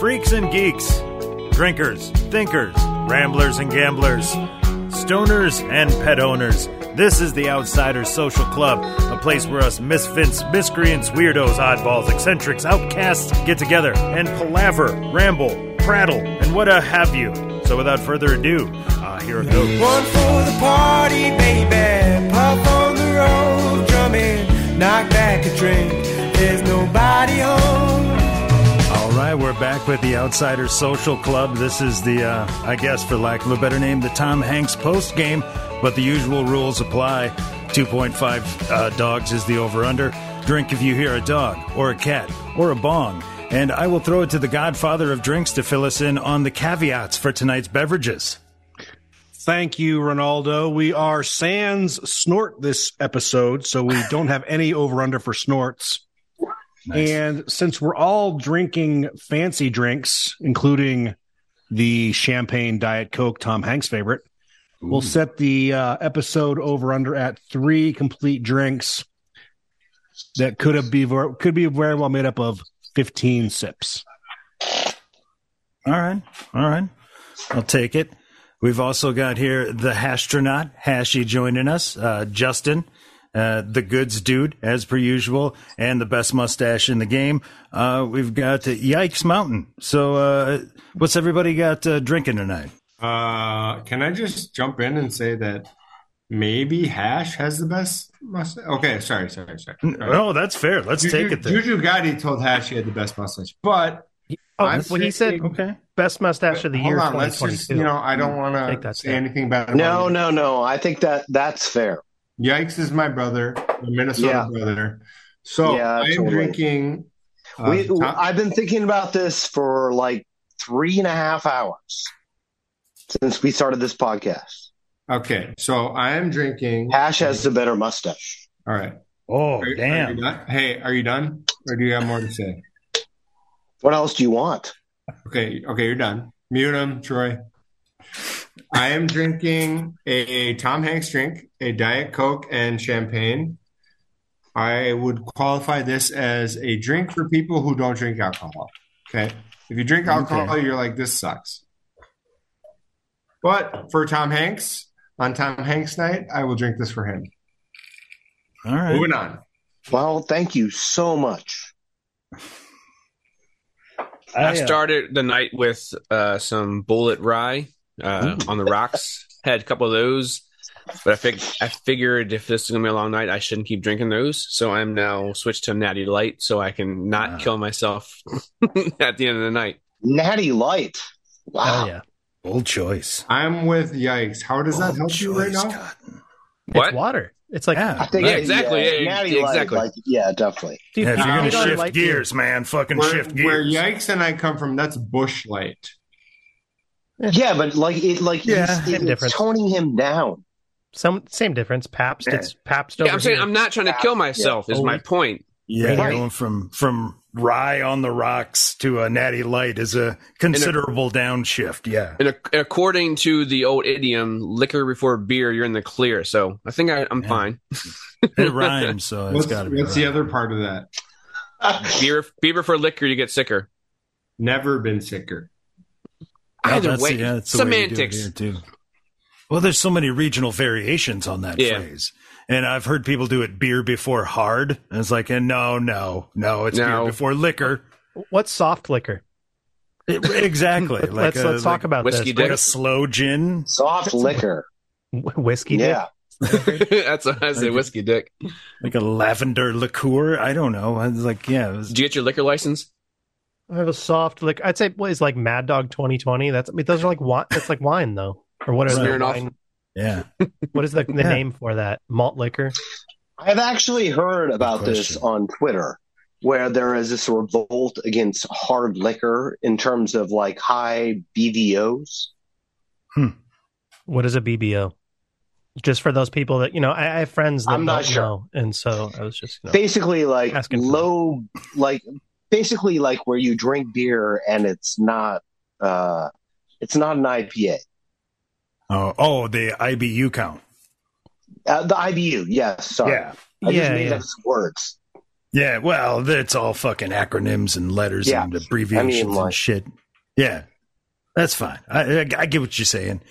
Freaks and geeks, drinkers, thinkers, ramblers and gamblers, stoners and pet owners. This is the Outsiders Social Club, a place where us misfits, miscreants, weirdos, oddballs, eccentrics, outcasts get together and palaver, ramble, prattle, and what a have you. So without further ado, uh, here it goes. One for the party, baby. Pop on the road, drumming. Knock back a drink. There's nobody home. All right, we're back with the Outsiders Social Club. This is the, uh, I guess, for lack of a better name, the Tom Hanks post game, but the usual rules apply. 2.5 uh, dogs is the over under. Drink if you hear a dog, or a cat, or a bong. And I will throw it to the godfather of drinks to fill us in on the caveats for tonight's beverages. Thank you, Ronaldo. We are sans snort this episode, so we don't have any over under for snorts. And since we're all drinking fancy drinks, including the champagne Diet Coke, Tom Hanks' favorite, we'll set the uh, episode over under at three complete drinks that could have be could be very well made up of fifteen sips. All right. All right. I'll take it. We've also got here the Hashtronaut, Hashy joining us, uh, Justin, uh, the goods dude, as per usual, and the best mustache in the game. Uh, we've got Yikes Mountain. So, uh, what's everybody got uh, drinking tonight? Uh, can I just jump in and say that maybe Hash has the best mustache? Okay, sorry, sorry, sorry. Oh, that's fair. Let's take it there. Juju Gotti told Hash he had the best mustache, but Oh, I'm well, he said saying- Okay. best mustache of the hold year on, let's just 2022. you know, I don't want Take to that say step. anything bad. About No, him. no, no. I think that that's fair. Yikes is my brother, the Minnesota brother. So Yeah, I'm totally. drinking. uh, we, Tom- I've been thinking about this for like three and a half hours since we started this podcast. okay, so I am drinking. Ash has the better mustache. All right. Oh, Are- are you damn. done? hey, are you done, or do you have more to say? What else do you want? Okay, okay, you're done. Mute him, Troy. I am drinking a Tom Hanks drink, a Diet Coke, and champagne. I would qualify this as a drink for people who don't drink alcohol. Okay. If you drink alcohol, you're like, this sucks. But for Tom Hanks, on Tom Hanks night, I will drink this for him. All right. Moving on. Well, thank you so much. I uh, started the night with uh, some bullet rye uh, Mm. on the rocks. Had a couple of those, but I, fig- I figured if this is gonna be a long night, I shouldn't keep drinking those. So I'm now switched to Natty Light, so I can not Wow. kill myself at the end of the night. Natty Light. Wow. Oh, Hell yeah. Bold choice. I'm with yikes. How does that Bold help you right choice, now? Cotton. What? It's water. It's like Yeah. I think Yeah, exactly. Yeah, yeah, Natty Light, exactly. like- yeah, definitely. dude, Yeah, if you're you going don't to shift like gears, man, fucking Where, shift where gears. yikes and I come from, that's bush light. Yeah, but like it, like Yeah, he's- same it's difference. toning him down. it. Some same difference. Pabst. It's Pabst. Yeah, over I'm saying here. I'm not trying to kill myself. Is my Always. point. Oh, Yeah, Right. going from from rye on the rocks to a natty light is a considerable downshift. Yeah, And ac- according to the old idiom, liquor before beer, you're in the clear. So I think I, I'm Yeah. fine. it rhymes, so it's What's, got to be. what's the right. other part of that? Beer, beer before liquor, you get sicker. Never been sicker. Yeah, Either Oh, that's- way, yeah, that's the way you do it semantics. here, too. Well, there's so many regional variations on that Yeah. phrase, and I've heard people do it beer before hard, and it's like, and no, no, no, it's No. beer before liquor. What's soft liquor? It- exactly. like let's a, let's talk about whiskey this. like a slow gin. Soft liquor. Wh- Whiskey. dick? Yeah. That's what I say, whiskey dick. like a lavender liqueur. I don't know. I was like, yeah, it was- Did you get your liquor license? I have a soft liquor. I'd say what is like Mad Dog 2020. That's I mean those are like wine. That's like wine though, or what is Smirnoff. wine? yeah. What is the, the Yeah. name for that malt liquor? I've actually heard about this question. on Twitter, where there is this revolt against hard liquor in terms of like high BVOs. What is a BBO? Just for those people that you know, I, I have friends that I'm not don't sure. know, and so I was just you know, Basically, like Asking for low, like basically like where you drink beer and it's not, uh, it's not an IPA. Oh, oh, the IBU count. Uh, the IBU, yes. Sorry, Yeah, I just yeah, made yeah. up some words. Yeah, well, it's all fucking acronyms and letters Yeah. and abbreviations I mean, like- and shit. Yeah, that's fine. I, I, I get what you're saying.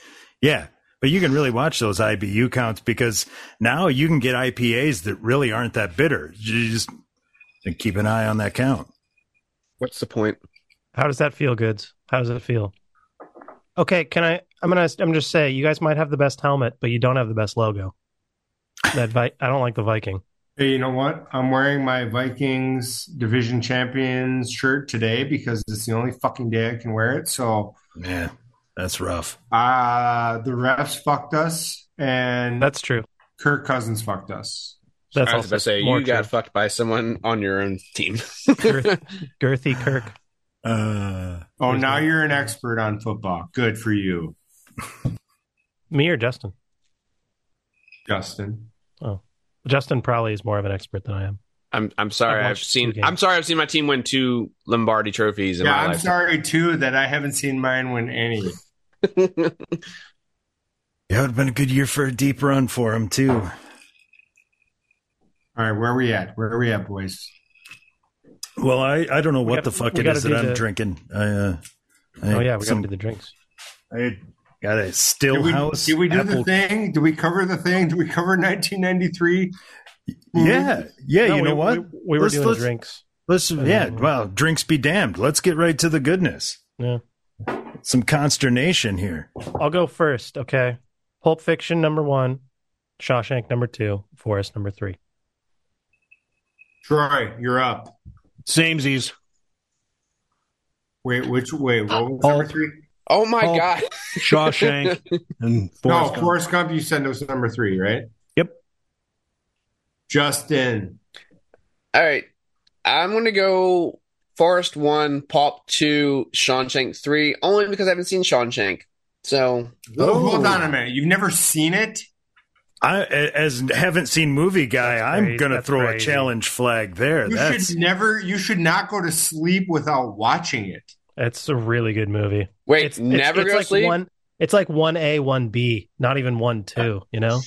Yeah, but you can really watch those IBU counts because now you can get IPAs that really aren't that bitter. You just and keep an eye on that count. What's the point? How does that feel, Goods? How does it feel? Okay, can I? I'm gonna. I'm just say you guys might have the best helmet, but you don't have the best logo. That Vi- I don't like the Viking. Hey, you know what? I'm wearing my Vikings division champions shirt today because it's the only fucking day I can wear it. So Yeah, that's rough. uh the refs fucked us and That's true. Kirk Cousins fucked us. That's I was about also to say more you got fucked by someone on your own team. true. Girth- girthy Kirk. Uh, Oh, now you're an expert on football. Good for you, Me or Justin? Justin. Justin probably is more of an expert than I am. I'm I'm sorry. I've I've, watched two seen. games. I'm sorry. I've seen my team win two Lombardi trophies in Yeah, my I'm life. sorry too that I haven't seen mine win any. yeah, it would have been a good year for a deep run for him too. All right, where are we at? Where are we at, boys? Well, I, I don't know what gotta- the fuck we it gotta is do that I'm the- drinking. I, uh, I Oh yeah, we some- got to do the drinks. I got a Did we, Stillhouse. did we do apple the thing? Did we cover the thing? Did we cover 1993? Yeah, yeah. No, you we- know what? We, we were Let's- doing let's- drinks. Let's yeah. Um, Well, drinks be damned. Let's get right to the goodness. Yeah. Some consternation here. I'll go first. Okay. Pulp Fiction number one, Shawshank number two, Forest number three. Troy, you're up. Samesies. Wait, which wait? What was number Hulk. three? oh my Oh. god! Shawshank and Forrest no, Gump. Forrest Gump. You said was number three, right? Yep. Justin, All right, I'm gonna go Forest one, Pop two, Shawshank three, only because I haven't seen Shawshank. So oh, hold on a minute. You've never seen it? I a- as haven't seen movie guy, That's I'm crazy. gonna That's throw a crazy. challenge flag there. You That's should never. You should not go to sleep without watching it. It's a really good movie. wait, it's never it's, go it's like sleep. One, it's like one A, one B, not even one two. You know,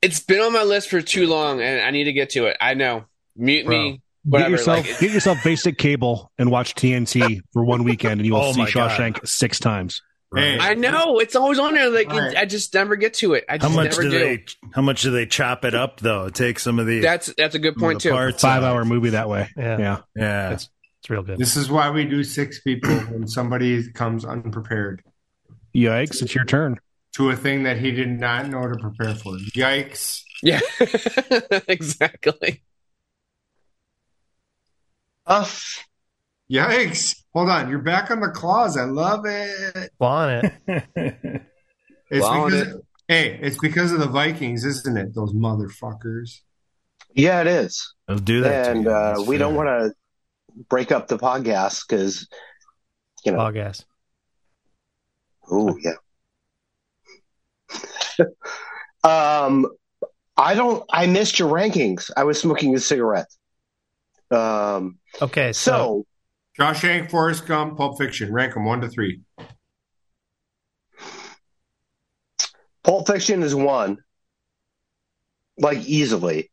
It's been on my list for too long, and I need to get to it. I know. Mute me. Whatever. get yourself like, get yourself basic cable and watch TNT for one weekend, and you will Oh see my God. Shawshank six times. Hey, I know it's always on there. Like All right. I just never get to it. I how just much never do do. they how much do they chop it up though? Take some of the, That's that's a good some of point the too. parts Five out. hour movie that way. Yeah. yeah. Yeah, it's real good. This is why we do six people when somebody comes unprepared Yikes! It's your turn. to a thing that he did not know to prepare for. Yikes! Yeah, exactly. Tough. Yikes! Hold on, you're back on the claws. I love it. Claw on it. It's Well, because it- hey, it's because of the Vikings, isn't it? Those motherfuckers. Yeah, it is. I'll do that. to and you. uh, That's we don't fair. want to break up the podcast because, you know, Claw gas. oh yeah. um, I don't. I missed your rankings. I was smoking a cigarette. Um. Okay, So so, Shawshank, Forrest Gump, Pulp Fiction. Rank them one to three. Pulp Fiction is one, like easily.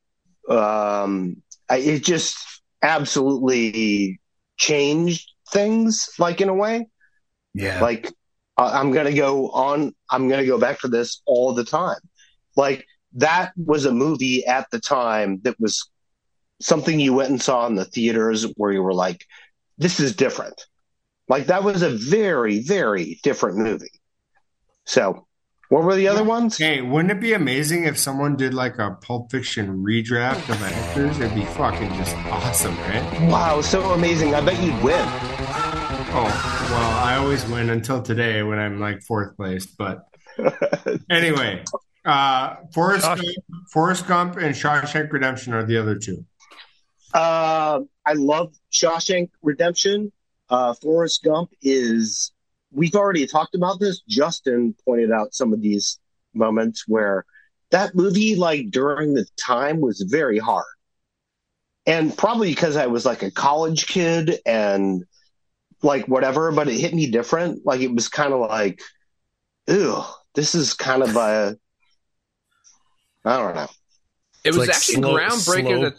Um, I, it just absolutely changed things, like in a way. yeah. Like I I'm gonna go on. I'm gonna go back to this all the time. Like that was a movie at the time that was something you went and saw in the theaters where you were like, "This is different." Like that was a very, very different movie. So, what were the other ones? Hey, wouldn't it be amazing if someone did like a Pulp Fiction redraft of actors? It'd be fucking just awesome, right? Wow, so amazing. I bet you'd win. Oh, well, I always win until today when I'm like fourth place. But anyway, uh, Forrest, Shawsh- Gump, Forrest Gump and Shawshank Redemption are the other two. Uh, I love Shawshank Redemption. Uh, Forrest Gump is. We've already talked about this. Justin pointed out some of these moments where that movie, like during the time, was very hard. And probably because I was like a college kid and like whatever, but it hit me different. Like it was kind of like, ew, this is kind of a. I don't know. It was like actually slow- groundbreaking. slow. That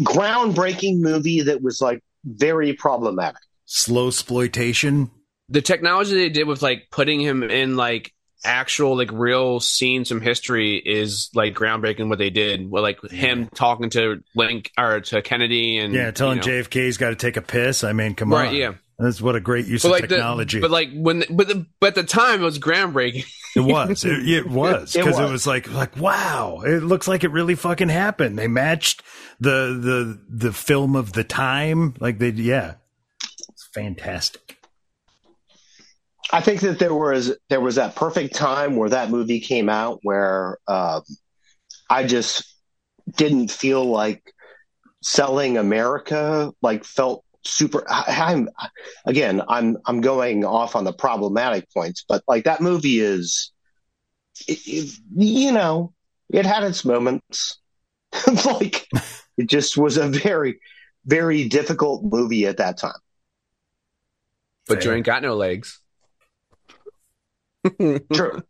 groundbreaking movie that was like very problematic. Slow exploitation. the technology they did with like putting him in like actual like real scenes from history is like groundbreaking what they did with like with him talking to link or to kennedy and Yeah, telling you know. JFK's got to take a piss. I mean, come Mm, Right, on. yeah. That's what a great use but of like technology. the, but like when but the, but at the time it was groundbreaking it was. It, it was It because it, was. was like like wow, it looks like it really fucking happened. They matched the the the film of the time. Like they yeah. It's fantastic. I think that there was there was that perfect time where that movie came out where um, I just didn't feel like selling America like felt super I, I'm again I'm I'm going off on the problematic points but like that movie is it, it- you know it had its moments like it just was a very very difficult movie at that time but you ain't got no legs True.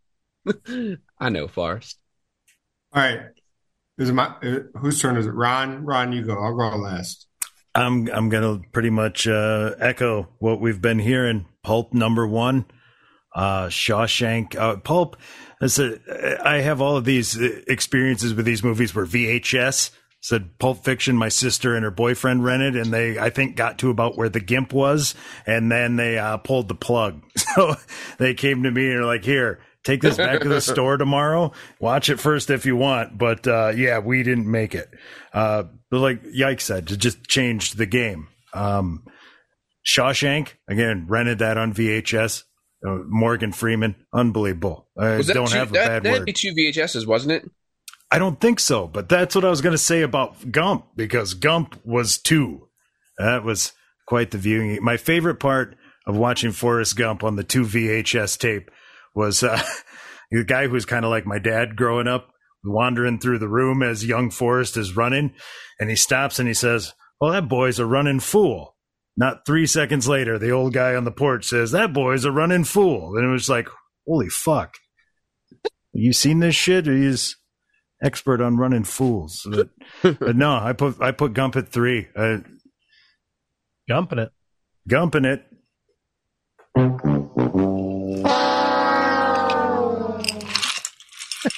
i know forrest All right. Is it my uh, whose turn is it? Ron, Ron, you go. I'll go last. I'm I'm gonna pretty much uh, echo what we've been hearing. Pulp number one, uh, Shawshank. Uh, Pulp. That's a, I have all of these uh, experiences with these movies where VHS said Pulp Fiction. My sister and her boyfriend rented, and they I think got to about where the Gimp was, and then they uh, pulled the plug. So they came to me and are like, "Here, take this back to the store tomorrow. Watch it first if you want, but uh, yeah, we didn't make it." uh, but like Yike said, to just change the game. Um, Shawshank again rented that on VHS. Uh, Morgan Freeman, unbelievable. I was that don't two, have a that, bad that'd word. be two vhs's wasn't it I don't think so, but that's what I was going to say about Gump because Gump was two. That was quite the viewing. My favorite part of watching Forrest Gump on the two VHS tape was uh, the guy who's kind of like my dad growing up, wandering through the room as young Forrest is running, and he stops and he says, "Well, that boy's a running fool." Not three seconds later, the old guy on the porch says, "That boy's a running fool," and it was like, "Holy fuck!" You seen this shit? He's expert on running fools. But, but no, I put I put Gump at three. Uh, Jumping it. Gump in it.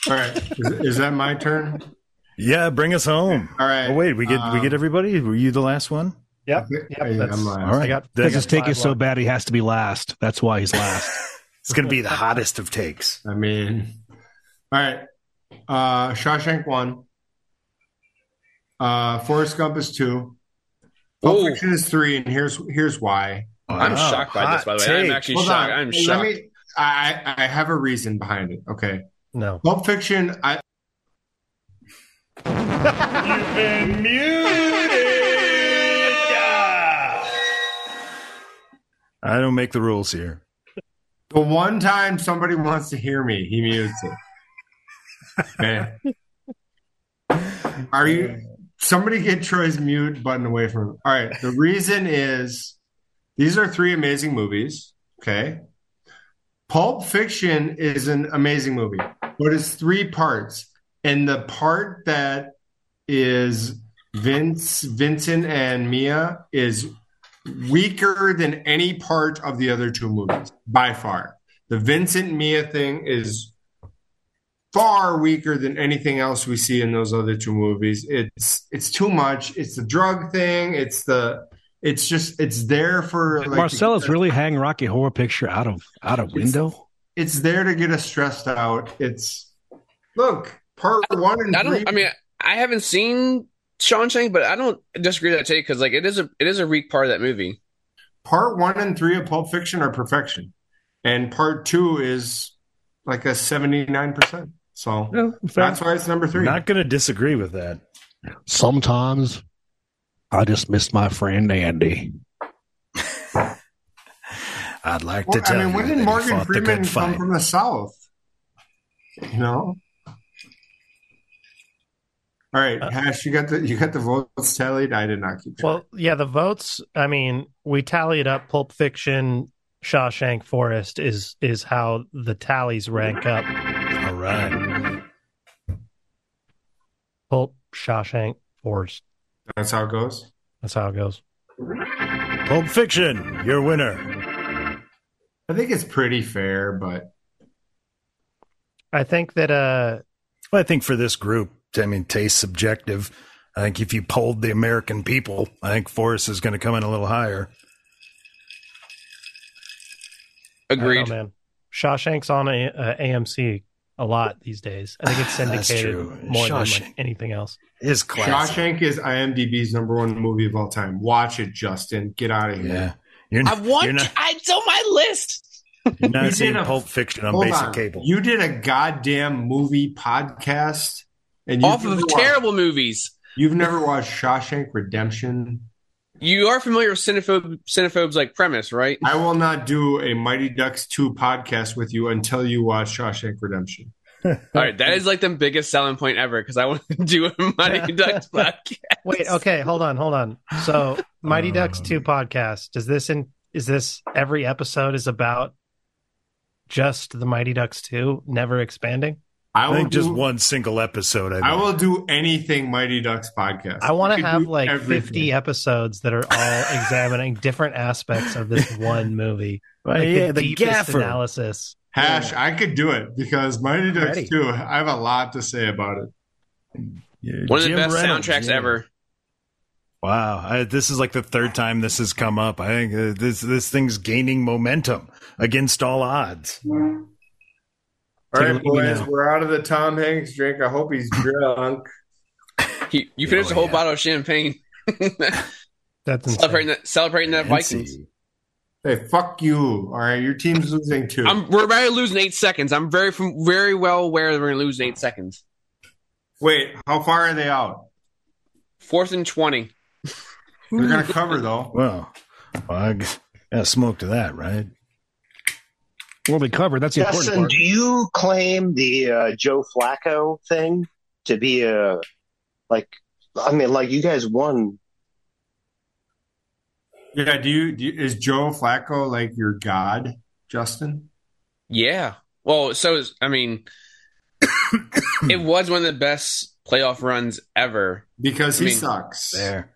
All right. is, is that my turn? Yeah, bring us home. All right. Oh wait, we get we Um, get everybody. Were you the last one? Yep. Yeah, Yep. That's, I'm uh, last. All right, I got- That- I Because got his take five is so left. bad, he has to be last. That's why he's last. it's gonna be the hottest of takes. I mean, all right. Uh, Shawshank one. Uh, Forrest Gump is two. Oh, Pulp Ooh. Fiction is three, and here's here's why. i'm Wow, shocked by this Oh, hot by the way i'm take. actually shocked i'm shocked Let me. I I I have a reason behind it. Okay. No. Pulp Fiction. I. I don't make the rules here. The one time somebody wants to hear me, he mutes it. Man. Are you somebody get Troy's mute button away from him? All right. The reason is these are three amazing movies. Okay. Pulp Fiction is an amazing movie, but it's three parts. And the part that is Vince, Vincent, and Mia is weaker than any part of the other two movies by far. The Vincent Mia thing is far weaker than anything else we see in those other two movies. It's it's too much. It's the drug thing. It's the it's just it's there for like, Marcella's really hang Rocky Horror Picture out of out of window. It's there to get us stressed out. It's look part one and I three. don't. I mean, I haven't seen Shawshank, but I don't disagree with that take because like it is a it is a weak part of that movie. part one and three of Pulp Fiction are perfection, and part two is like a seventy nine percent. So that's why it's number three. Not gonna disagree with that. Sometimes I just miss my friend Andy. I'd like to Well, I tell mean, you when that did he Morgan fought the Freeman good come fight. from the South? You know. All right, Uh, Hash, you got the you got the votes tallied. I did not keep track. Well, yeah, the votes. I mean, we tallied up Pulp Fiction, Shawshank Forest is is how the tallies rank up. All right, Pulp, Shawshank Forest. That's how it goes. That's how it goes. Pulp Fiction, your winner. I think it's pretty fair, but I think that uh Well, I think for this group, I mean, taste subjective. I think if you polled the American people, I think Forrest is going to come in a little higher. I don't know, Agreed. man. Shawshank's on a, uh, AMC a lot these days. I think it's That's syndicated true. more than Shawshank. like anything else. His class. Shawshank is IMDb's number one movie of all time. Watch it, Justin. Get out of here. Yeah. You're I not, want. you're not, I, it's on my list. you're not You did seeing a- Pulp Fiction on Hold basic on. cable. You did a goddamn movie podcast, and you've Off of never watched- terrible movies. You've never watched Shawshank Redemption. You are familiar with cinephobe, cinephobe's like premise, right? I will not do a Mighty Ducks 2 podcast with you until you watch Shawshank Redemption. All right, that is like the biggest selling point ever because I want to do a Mighty Ducks podcast. Wait, okay, hold on, hold on. So, Mighty Um, Ducks 2 podcast, does this in is this every episode is about just the Mighty Ducks 2 never expanding? I, I will think just do, one single episode. I, think. I will do anything Mighty Ducks podcast. I want We to could have do like everything. 50 episodes that are all examining different aspects of this one movie. Well, Like yeah, the, deepest gaffer. analysis. Hash, I could do it because Mighty Ducks Ready. 2, I have a lot to say about it. Yeah, One of the Jim best Reynolds, soundtracks yeah. ever. Wow, I, this is like the third time this has come up. I think uh, this this thing's gaining momentum against all odds. All Take a right, look at me boys, now. we're out of the Tom Hanks drink. I hope he's drunk. He, you finished Oh, a whole yeah. bottle of champagne That's celebrating insane. that celebrating that Vikings. Fancy. hey, fuck you. All right, your team's losing too. I'm, we're about to lose in eight seconds. I'm very from, very well aware that we're going to lose in eight seconds. Wait, how far are they out? Fourth and twenty. Hmm. They're going to cover, though. Well, well I g- gotta smoke to that, right? Well, they covered. That's the Justin, important do you claim the uh, Joe Flacco thing to be a like? I mean, like you guys won. Yeah, do you, do you, is Joe Flacco like your god, Justin? Yeah. Well, so is, I mean, it was one of the best playoff runs ever. Because he I mean, sucks. There,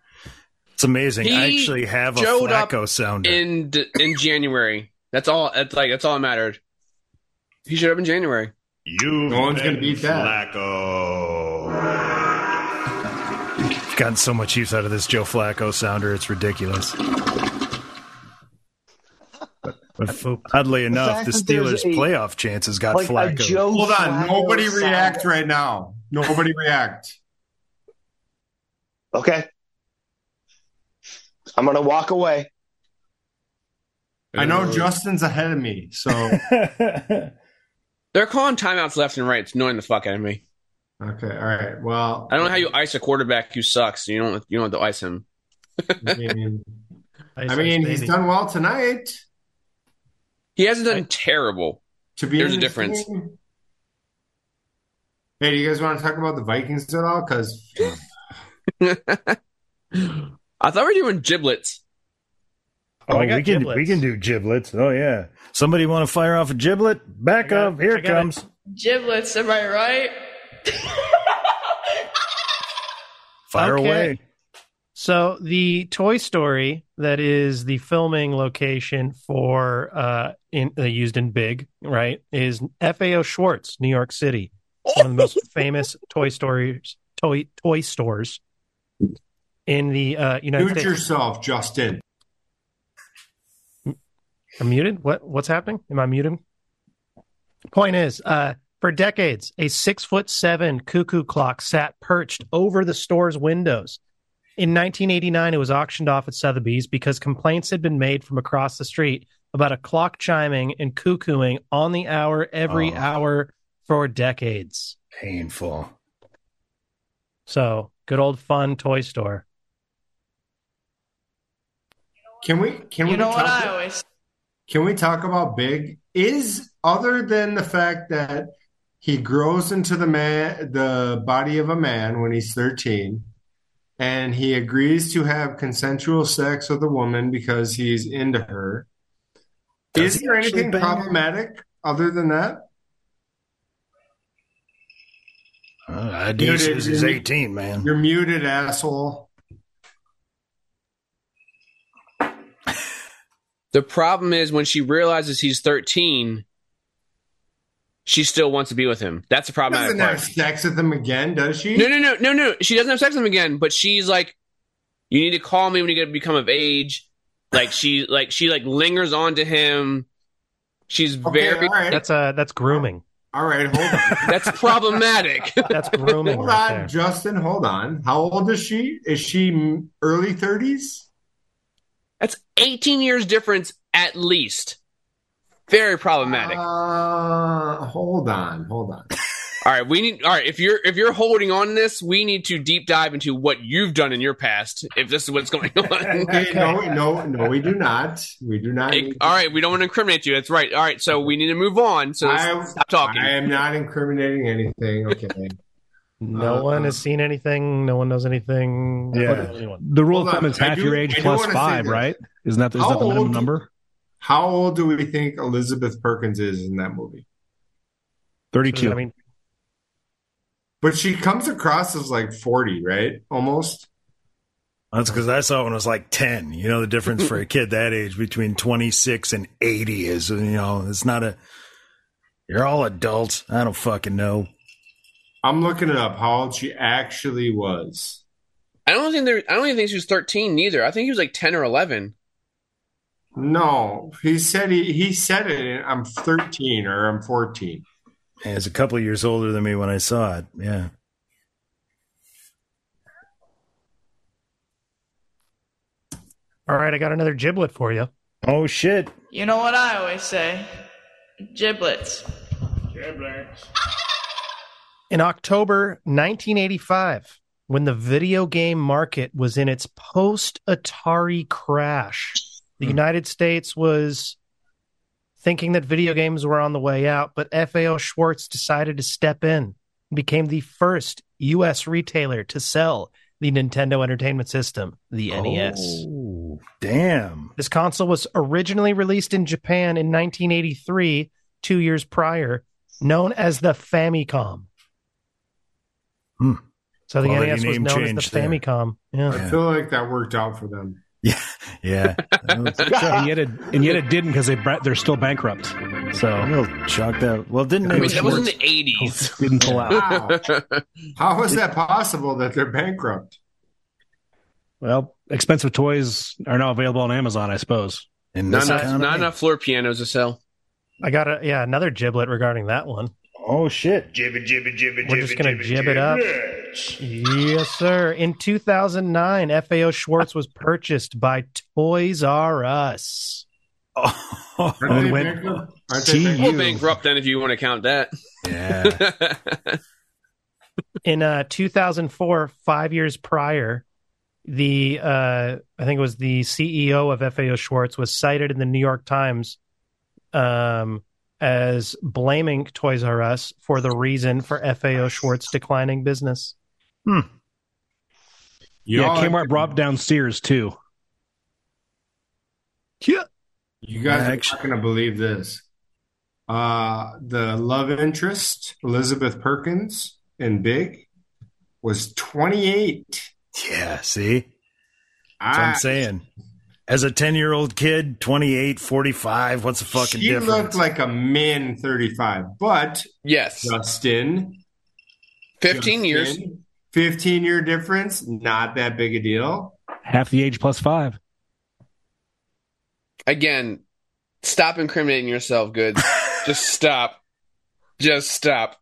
it's amazing. I He actually have a showed up Flacco sounder. in D- in January. That's all. That's like that's all that mattered. He showed up in January. you, No one's gonna beat that. Flacco. Gotten so much use out of this Joe Flacco sounder, it's ridiculous. But oddly enough, fact the that there's Steelers' a- playoff chances got like a Flacco. Joe. Hold on, Flacco nobody sound. react right now. Nobody react. Okay, I'm gonna walk away. I know Uh, Justin's ahead of me, so They're calling timeouts left and right. It's annoying the fuck out of me. okay, all right. Well, I don't know how you ice a quarterback who sucks. You don't you don't have to ice him. I mean, Ice I Ice mean, he's Baby. done well tonight. He hasn't done terrible. To be There's in a this difference. game. Hey, do you guys want to talk about the Vikings at all? Because I thought we were doing giblets. Oh, Oh, I got we can giblets. we can do giblets. Oh yeah. Somebody want to fire off a giblet? Back I got up. it. Here I it got it. comes. Giblets, am I right? Fire Okay. away. So the Toy Story that is the filming location for uh in uh, used in Big, right, is FAO Schwartz, New York City. It's One of the most famous Toy Stories toy toy stores in the uh United mute States. yourself, Justin. I'm muted. What what's happening? Am I muted? Point is, uh, for decades, a six foot seven cuckoo clock sat perched over the store's windows. In 1989, it was auctioned off at Sotheby's because complaints had been made from across the street about a clock chiming and cuckooing on the hour every Oh. hour for decades. Painful. So, good old fun toy store. Can we? Can You we? know what talk- I always Can we talk about Big? Is other than the fact that he grows into the man, the body of a man when he's 13, and he agrees to have consensual sex with a woman because he's into her. Does is he there actually anything bang her? problematic other than that? Uh, I do Muted. Uh, says he's eighteen, man. You're muted, asshole. The problem is when she realizes he's 13, she still wants to be with him. That's the problematic doesn't have part. sex with him again, does she? No, no, no, no, no. She doesn't have sex with him again, but she's like, you need to call me when you're going to become of age. Like she, like she, like lingers on to him. She's Okay, very. all right, That's uh that's grooming. all right. Hold on, That's problematic. That's grooming hold right on, there. Justin. Hold on. How old is she? Is she m- early thirties? That's 18 years difference at least. Very problematic. Uh, hold on, hold on. all right, we need all right, if you're if you're holding on to this, we need to deep dive into what you've done in your past if this is what's going on. Okay, no, no, no. We do not. We do not. It- all right, we don't want to incriminate you. That's right. All right, so we need to move on. So let's I- stop talking. I am not incriminating anything. Okay. No Uh, one has seen anything. No one knows anything. Uh-huh. Yeah. What does anyone- The rule Hold of thumb on. is I half do- your age I do plus wanna say five, this. right? Isn't that isn't How that the minimum old- number? How old do we think Elizabeth Perkins is in that movie? I 32. mean, But she comes across as like 40, right? Almost. That's because I saw it when I was like 10. You know, the difference for a kid that age between 26 and 80 is, you know, it's not a. You're all adults. I don't fucking know. I'm looking it up how old she actually was. I don't think there I don't even think she was 13 neither. I think he was like 10 or 11. No, he said he, he said it. I'm 13 or I'm 14. He was a couple years older than me when I saw it. Yeah. all right, I got another giblet for you. Oh, shit. You know what I always say? Giblets. In October 1985, when the video game market was in its post Atari crash, the United States was thinking that video games were on the way out, but FAO Schwartz decided to step in and became the first U.S. retailer to sell the Nintendo Entertainment System, the E NES. Oh, damn. This console was originally released in Japan in 1983, two years prior, known as the Famicom. Hmm. So the Quality NES was name known as the change there. Famicom. Yeah. I feel like that worked out for them. Yeah. and yet it and yet it didn't because they bra- they're still bankrupt. so So we'll chalk that. Well, didn't I they? mean, that was in the 80s. didn't pull out. Wow. how is that possible that they're bankrupt? Well, expensive toys are now available on Amazon, I suppose. in Not this enough, economy? not enough floor pianos to sell. I got a yeah, another giblet regarding that one. Oh, shit. We're just gonna jib it up. Yes, sir. In 2009, FAO Schwartz was purchased by Toys R Us. Oh, Aren't And they when- bankrupt? Aren't Gee, they bankrupt? We'll bankrupt then if you want to count that. yeah. in uh 2004 5 years prior the uh i think it was the ceo of fao schwartz was cited in the new york times um as blaming toys r us for the reason for fao schwartz declining business yeah, Y'all- Kmart brought down Sears too. You guys Yeah, are actu- not going to believe this. Uh, the love interest, Elizabeth Perkins in Big, was 28. Yeah. See? That's what I, I'm saying. As a 10 year old kid, 28, 45, what's the fucking she difference? looked like a man 35, but Yes. Justin, 15 years. 15 year difference, not that big a deal. Half the age plus five. Again, stop incriminating yourself, good. Just stop. Just stop.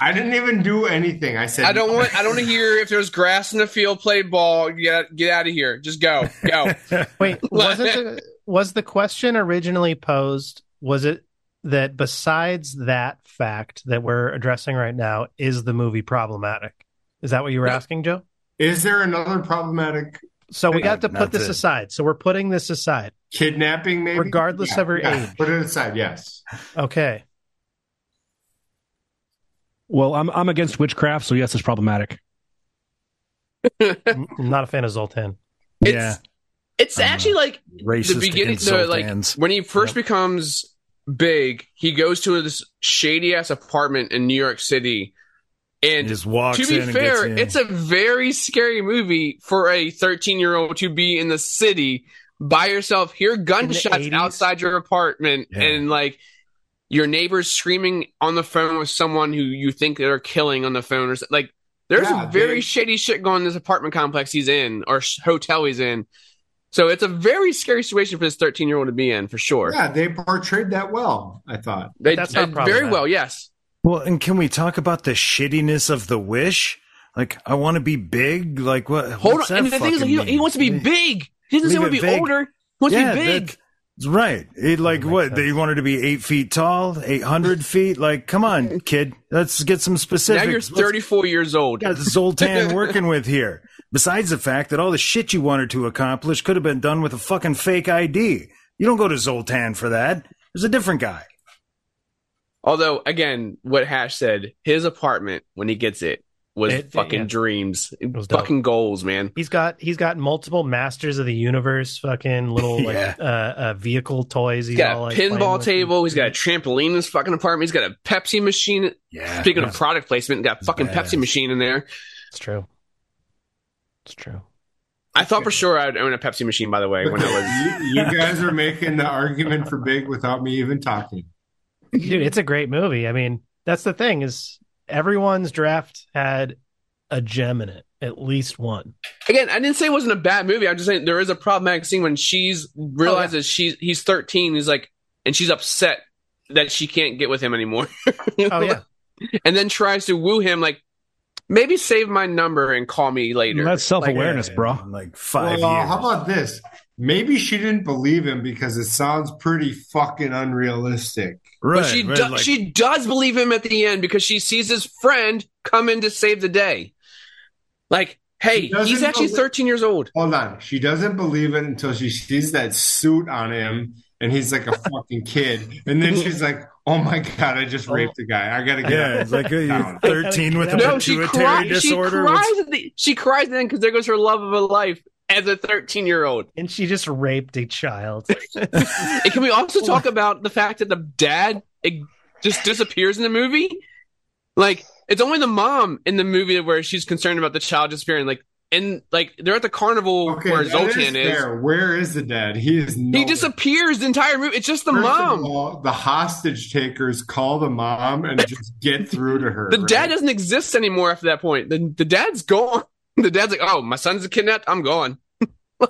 I didn't even do anything. I said, I don't want I don't want to hear if there's grass in the field, play ball, get get out of here. Just go. Oh. Go. wait wasn't the, was the question originally posed was it that besides that fact that we're addressing right now is the movie problematic is that what you were asking joe Is there another problematic So we got to not put this the- aside. So we're putting this aside. kidnapping, maybe? Regardless of her age. Put it aside, yes. Okay. Well, I'm I'm against witchcraft, so yes, it's problematic. I'm not a fan of Zoltan. It's Yeah. it's I'm, uh, actually like Racist the beginning against the, like Zoltans. when he first becomes big, he goes to this shady ass apartment in New York City He and just walks to be in fair, and it's gets in. a very scary movie for a 13 year old to be in the city by yourself, hear gunshots 80s? outside your apartment, Yeah. and like your neighbors screaming on the phone with someone who you think they're killing on the phone, or s- like there's Yeah, very dude. shady shit going in this apartment complex he's in or sh- hotel he's in. So it's a very scary situation for this 13 year old to be in for sure. Yeah, they portrayed that well, I thought. They, That's not uh, very problematic. well, yes. Well, and can we talk about the shittiness of the wish? Like, I want to be big. Like, what? Hold what's on. that And the thing is, fucking he, he mean? wants to be Yeah. big. He doesn't say Leave want it to be vague. older. He wants Yeah, to be big. that's- Right. It, like, Doesn't make what? They sense. wanted to be eight feet tall, 800 feet. Like, come on, kid. Let's get some now specifics. you're Let's 34 years old. got Zoltan working with here. Besides the fact that all the shit you wanted to accomplish could have been done with a fucking fake ID. You don't go to Zoltan for that. There's a different guy. Although, again, what Hash said, his apartment when he gets it was It- fucking yeah. dreams, was dope. fucking goals, man. He's got he's got multiple Masters of the Universe fucking little like Yeah. uh, uh vehicle toys. He's He's got all, a like, playing pinball with. table. He's got a trampoline in his fucking apartment. He's got a Pepsi machine. Yeah. Speaking of product placement, got a fucking badass. Pepsi machine in there. It's true. It's true. I thought for sure I'd own a Pepsi machine, by the way, when I was. you, you guys are making the argument for big without me even talking. Dude, it's a great movie. I mean, that's the thing is everyone's draft had a gem in it, at least one. Again, I didn't say it wasn't a bad movie. I'm just saying there is a problematic scene when she's realizes she's he's 13. He's like, and she's upset that she can't get with him anymore. Oh yeah. and then tries to woo him like, maybe save my number and call me later. That's self awareness, Yeah, bro. in, Like five well, uh, years. how about this? Maybe she didn't believe him because it sounds pretty fucking unrealistic. right, but she right, do- like- she does believe him at the end because she sees his friend come in to save the day. Like, hey, She doesn't he's actually believe- 13 years old. Hold on. She doesn't believe it until she sees that suit on him and he's like a fucking kid. And then she's like, oh my God, I just raped a guy. I got to get out of yeah, it's like uh, you're Down. 13 with a No, she, pituitary cry- she disorder. cries. At the- she cries then because there goes her love of her life as a 13 year old. And she just raped a child. And can we also talk about the fact that the dad it, just disappears in the movie? Like, it's only the mom in the movie where she's concerned about the child disappearing. Like, and like they're at the carnival where that Zoltan is. fair. Where is the dad? He is He nowhere. disappears the entire movie. It's just the First of mom. all, the hostage takers call the mom and just get through to her. the right? dad doesn't exist anymore after that point. The, the dad's gone. The dad's like, oh, my son's kidnapped. I'm gone.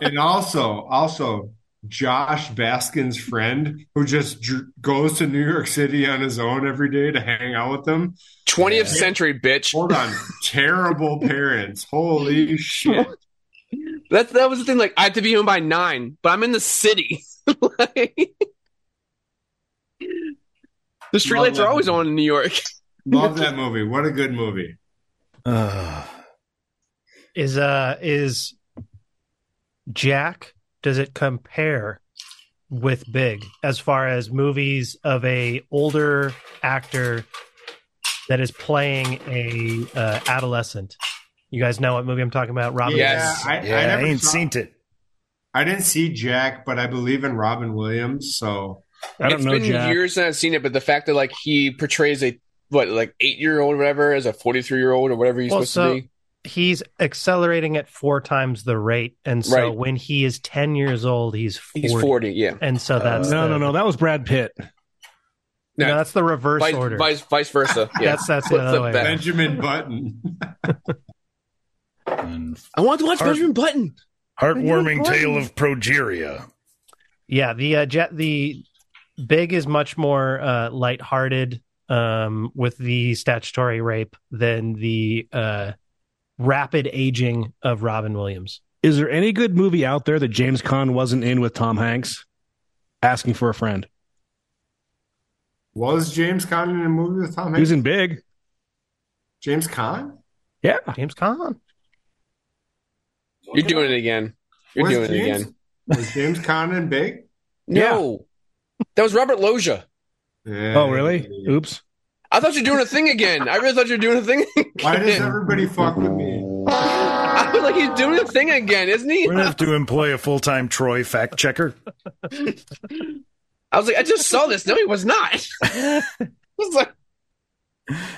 and also, also Josh Baskin's friend who just dr- goes to New York City on his own every day to hang out with them. 20th century, bitch. Hold on, terrible parents. Holy shit! That, that was the thing. Like, I had to be home by nine, but I'm in the city. like, the streetlights are always on in New York. Love that movie. What a good movie. Ugh. is uh is Jack does it compare with Big as far as movies of a older actor that is playing a uh, adolescent? You guys know what movie I'm talking about, Robin. Yes. I, yeah, I, never ain't saw- seen it. I didn't see Jack, but I believe in Robin Williams. So I don't It's know, been Jack. years since I've seen it, but the fact that like he portrays a what like eight year old, whatever, as a forty three year old or whatever he's Well, supposed so- to be. He's accelerating at four times the rate, and so Right. when he is ten years old, he's forty. He's forty. Yeah. And so that's no, the- no, no. That was Brad Pitt. no, No. that's the reverse Vice, order. vice vice versa. Yeah. That's that's Flip the other the way. bat. around. Benjamin Button. An I want to watch Are- Benjamin Button. heartwarming tale of progeria. Yeah, the uh, jet the big is much more uh lighthearted um with the statutory rape than the uh rapid aging of Robin Williams. Is there any good movie out there that James Caan wasn't in with Tom Hanks? Asking for a friend. Was James Conn in a movie with Tom He was Hanks? in Big. James Conn? Yeah. James Caan. You're doing it again. You're Was doing it James- again. Was James Conn in Big? No, that was Robert Loggia. Yeah. Oh, really? Oops. I thought you were doing a thing again. I really thought you were doing a thing. Why does again. everybody fuck with me? I was like, he's doing a thing again, isn't he? We're gonna have to employ a full time Troy fact checker. I was like, I just saw this. No, he was not. I was like,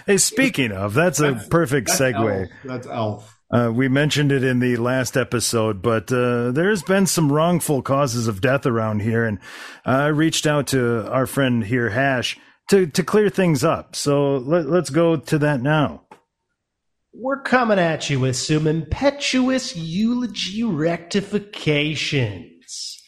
Hey, speaking of, that's a perfect That's segue. Elf. That's Elf. Uh, we mentioned it in the last episode, but uh, there's been some wrongful causes of death around here, and I reached out to our friend here, Hash, to, to clear things up. So let, let's go to that now. We're coming at you with some impetuous eulogy rectifications.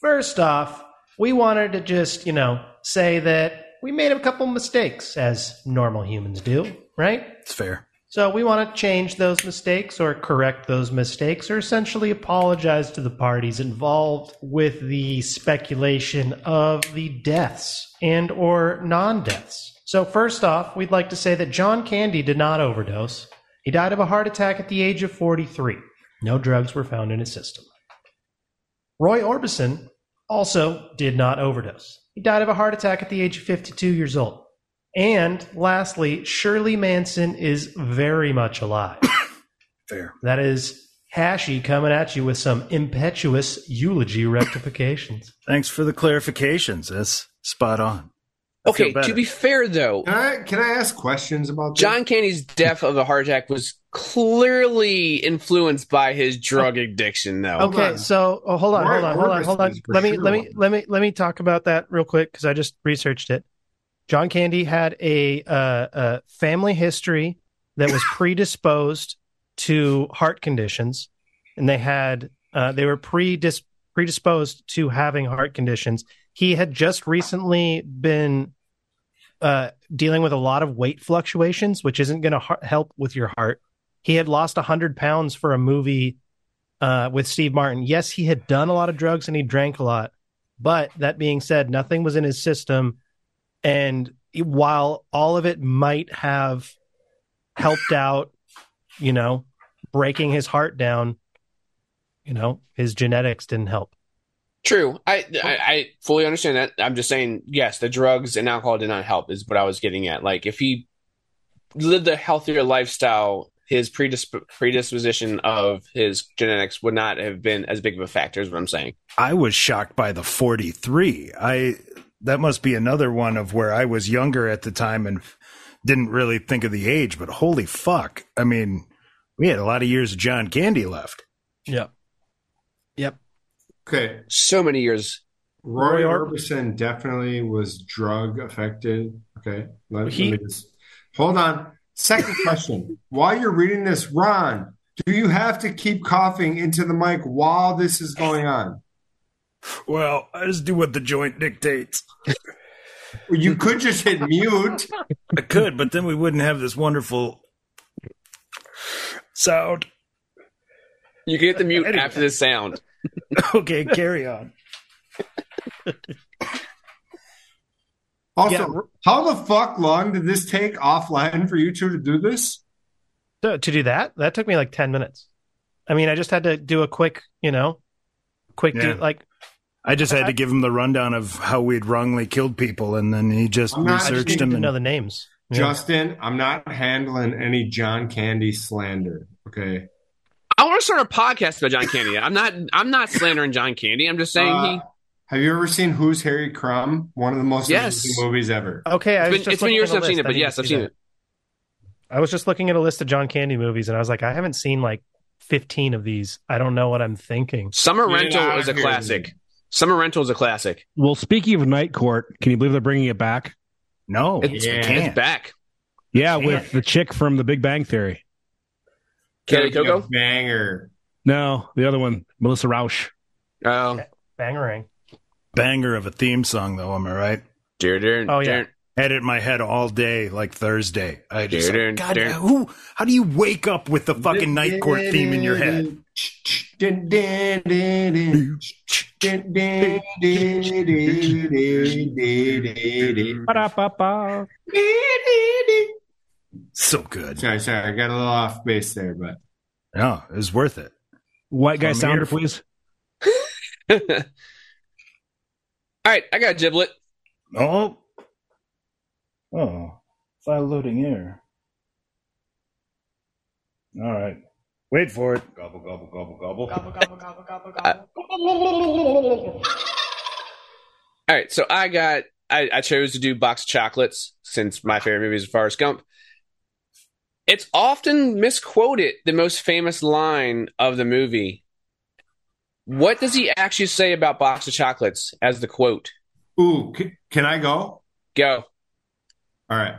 First off, we wanted to just, you know, say that we made a couple mistakes, as normal humans do, right? It's fair. So we want to change those mistakes or correct those mistakes or essentially apologize to the parties involved with the speculation of the deaths and or non-deaths. So first off, we'd like to say that John Candy did not overdose. He died of a heart attack at the age of 43. No drugs were found in his system. Roy Orbison also did not overdose. He died of a heart attack at the age of 52 years old. And lastly, Shirley Manson is very much alive. Fair. That is Hashi coming at you with some impetuous eulogy rectifications. Thanks for the clarifications. That's spot on. I feel Okay, better. to be fair though, Can I, can I ask questions about this? John Candy's death of a heart attack was clearly influenced by his drug addiction, though. Hold okay, on. so oh, hold on, Roy hold on, hold on, hold on. Orbison's for Let me sure let me one. let me let me talk about that real quick because I just researched it. John Candy had a uh, uh, family history that was predisposed to heart conditions, and they had uh, they were predis- predisposed to having heart conditions. He had just recently been uh, dealing with a lot of weight fluctuations, which isn't going to har- help with your heart. He had lost 100 pounds for a movie uh, with Steve Martin. Yes, he had done a lot of drugs and he drank a lot. But that being said, nothing was in his system. And while all of it might have helped out, you know, breaking his heart down, you know, his genetics didn't help. True, I, I I fully understand that. I'm just saying, yes, the drugs and alcohol did not help. Is what I was getting at. Like, if he lived a healthier lifestyle, his predisp- predisposition of his genetics would not have been as big of a factor. Is what I'm saying. I was shocked by the 43. I that must be another one of where I was younger at the time and didn't really think of the age, but holy fuck. I mean, we had a lot of years of John Candy left. Yeah. Okay, So many years. Roy Roy Orbison. Orbison definitely was drug affected. Okay, let, let He- me just hold on. Second question: While you're reading this, Ron, do you have to keep coughing into the mic while this is going on? Well, I just do what the joint dictates. You could just hit mute. I could, but then we wouldn't have this wonderful sound. You can hit the mute after the sound. Okay, carry on. Also, Yeah, r- how the fuck long did this take offline for you two to do this? So to do that, that took me like 10 minutes. I mean, I just had to do a quick, you know, quick, Yeah. do, like, I just had to give him the rundown of how we'd wrongly killed people, and then he just I'm not- I just researched didn't him. know And, the names. Yeah. Justin, I'm not handling any John Candy slander. Okay. I want to start a podcast about John Candy. I'm not. I'm not slandering John Candy. I'm just saying Uh, he. Have you ever seen Who's Harry Crumb? One of the most Yes. amazing movies ever. Okay, I It's been, was just it's been looking years at a since I've seen list. it, I but didn't yes, I've see seen that. it. I was just looking at a list of John Candy movies, and I was like, I haven't seen like fifteen of these. I don't know what I'm thinking. Summer Get out Rental of is a here. classic. Summer Rental is a classic. Well, speaking of Night Court, can you believe they're bringing it back? no, Oh, It's- we it's can't. It's back. Yeah, with the chick from The Big Bang Theory. Kelly Gonna be a Coco? Banger. No, the other one, Melissa Rausch. Oh, Bangerang. Banger of a theme song, though. Am I right? dear, dear, Oh, yeah. dear. had it in my head all day, like Thursday. I just Dun, like, dun, God, dun. who? How do you wake up with the fucking night court theme in your head? Ba-da-ba-ba. So good. Sorry, sorry, I got a little off base there, but No, it was worth it. White guy I'm sounder, here for- please. All right, I got a giblet. Oh, oh, file loading error. All right, wait for it. Gobble gobble gobble gobble. Gobble, gobble, gobble, gobble, gobble. All right, so I got I, I chose to do box of chocolates since my favorite movie is Forrest Gump. It's often misquoted the most famous line of the movie. What does he actually say about box of chocolates as the quote? Ooh, c- can I go? Go. All right.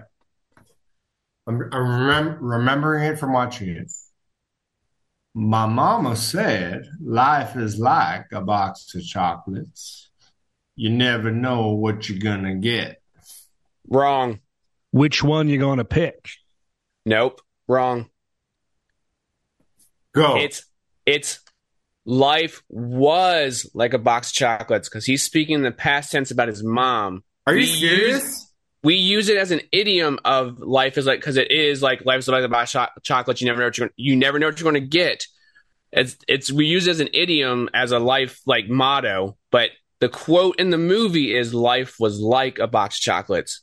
I'm, I'm remem- remembering it from watching it. My mama said life is like a box of chocolates. You never know what you're going to get. Wrong. Which one you gonna pick? Nope. Wrong. Oh. Go. It's it's life was like a box of chocolates because he's speaking in the past tense about his mom. Are you we serious? We use it as an idiom of life is like because it is like life is like a box of cho- chocolate. You never know what you're gonna, you never know what you're going to get. It's it's we use it as an idiom as a life like motto, but the quote in the movie is life was like a box of chocolates.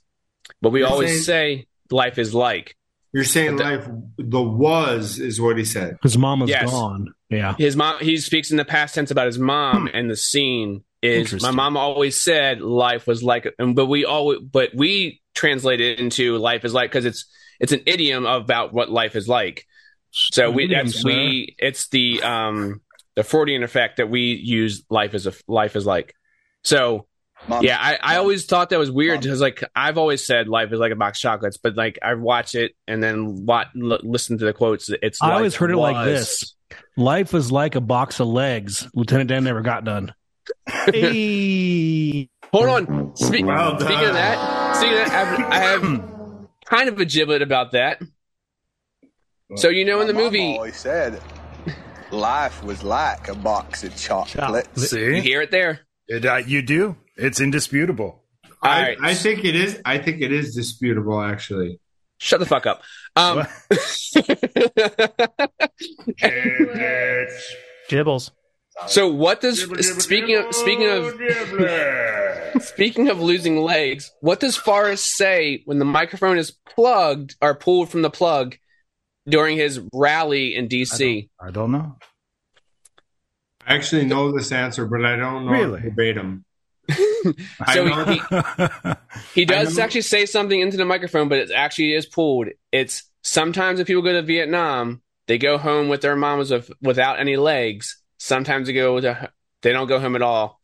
But we You're always say life is like. You're saying But life, the was is what he said. Because mama's Yes. gone. Yeah. his mom he speaks in the past tense about his mom and the scene is my Hmm. Interesting. mom always said life was like and but we always but we translate it into life is like because it's it's an idiom about what life is like so we Idiom, that's sir. we it's the um the freudian effect that we use life is a life is like so Mom, yeah i, I always thought that was weird Mom. because like i've always said life is like a box of chocolates but like i watch it and then wa- l- listen to the quotes it's I life always heard it like was. this. Life is like a box of legs. Lieutenant Dan never got done. Hey. Hold on. Spe- Mm-hmm. Well speaking done. of that, speaking of that, I've, I have kind of a giblet about that. So you know, in the My mama movie, always said life was like a box of chocolates. you See, hear it there. it, uh, you do. It's indisputable. All I, right. I think it is. I think it is disputable, actually. Shut the fuck up. Um, Gibbles. so what does speaking of speaking of speaking of losing legs? What does Forrest say when the microphone is plugged or pulled from the plug during his rally in D.C.? I don't know. I actually know this answer, but I don't know Really? verbatim. So I know- he, He I does remember- actually say something into the microphone, but it actually is pulled. It's sometimes if people go to Vietnam, they go home with their mamas with, without any legs. Sometimes they go with a, they don't go home at all.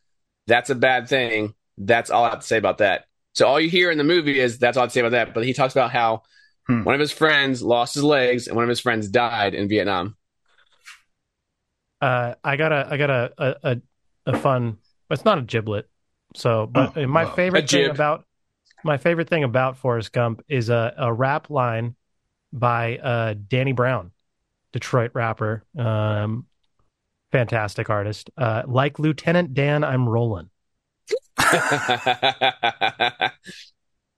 That's a bad thing. That's all I have to say about that. So all you hear in the movie is that's all I have to say about that. But he talks about how Hmm. one of his friends lost his legs and one of his friends died in Vietnam. Uh, I got a I got a a, a, a fun. It's not a giblet. So, but Oh, my wow. A favorite thing jib. about my favorite thing about Forrest Gump is a a rap line by uh, Danny Brown, Detroit rapper, um, fantastic artist. Uh, like Lieutenant Dan, I'm rolling.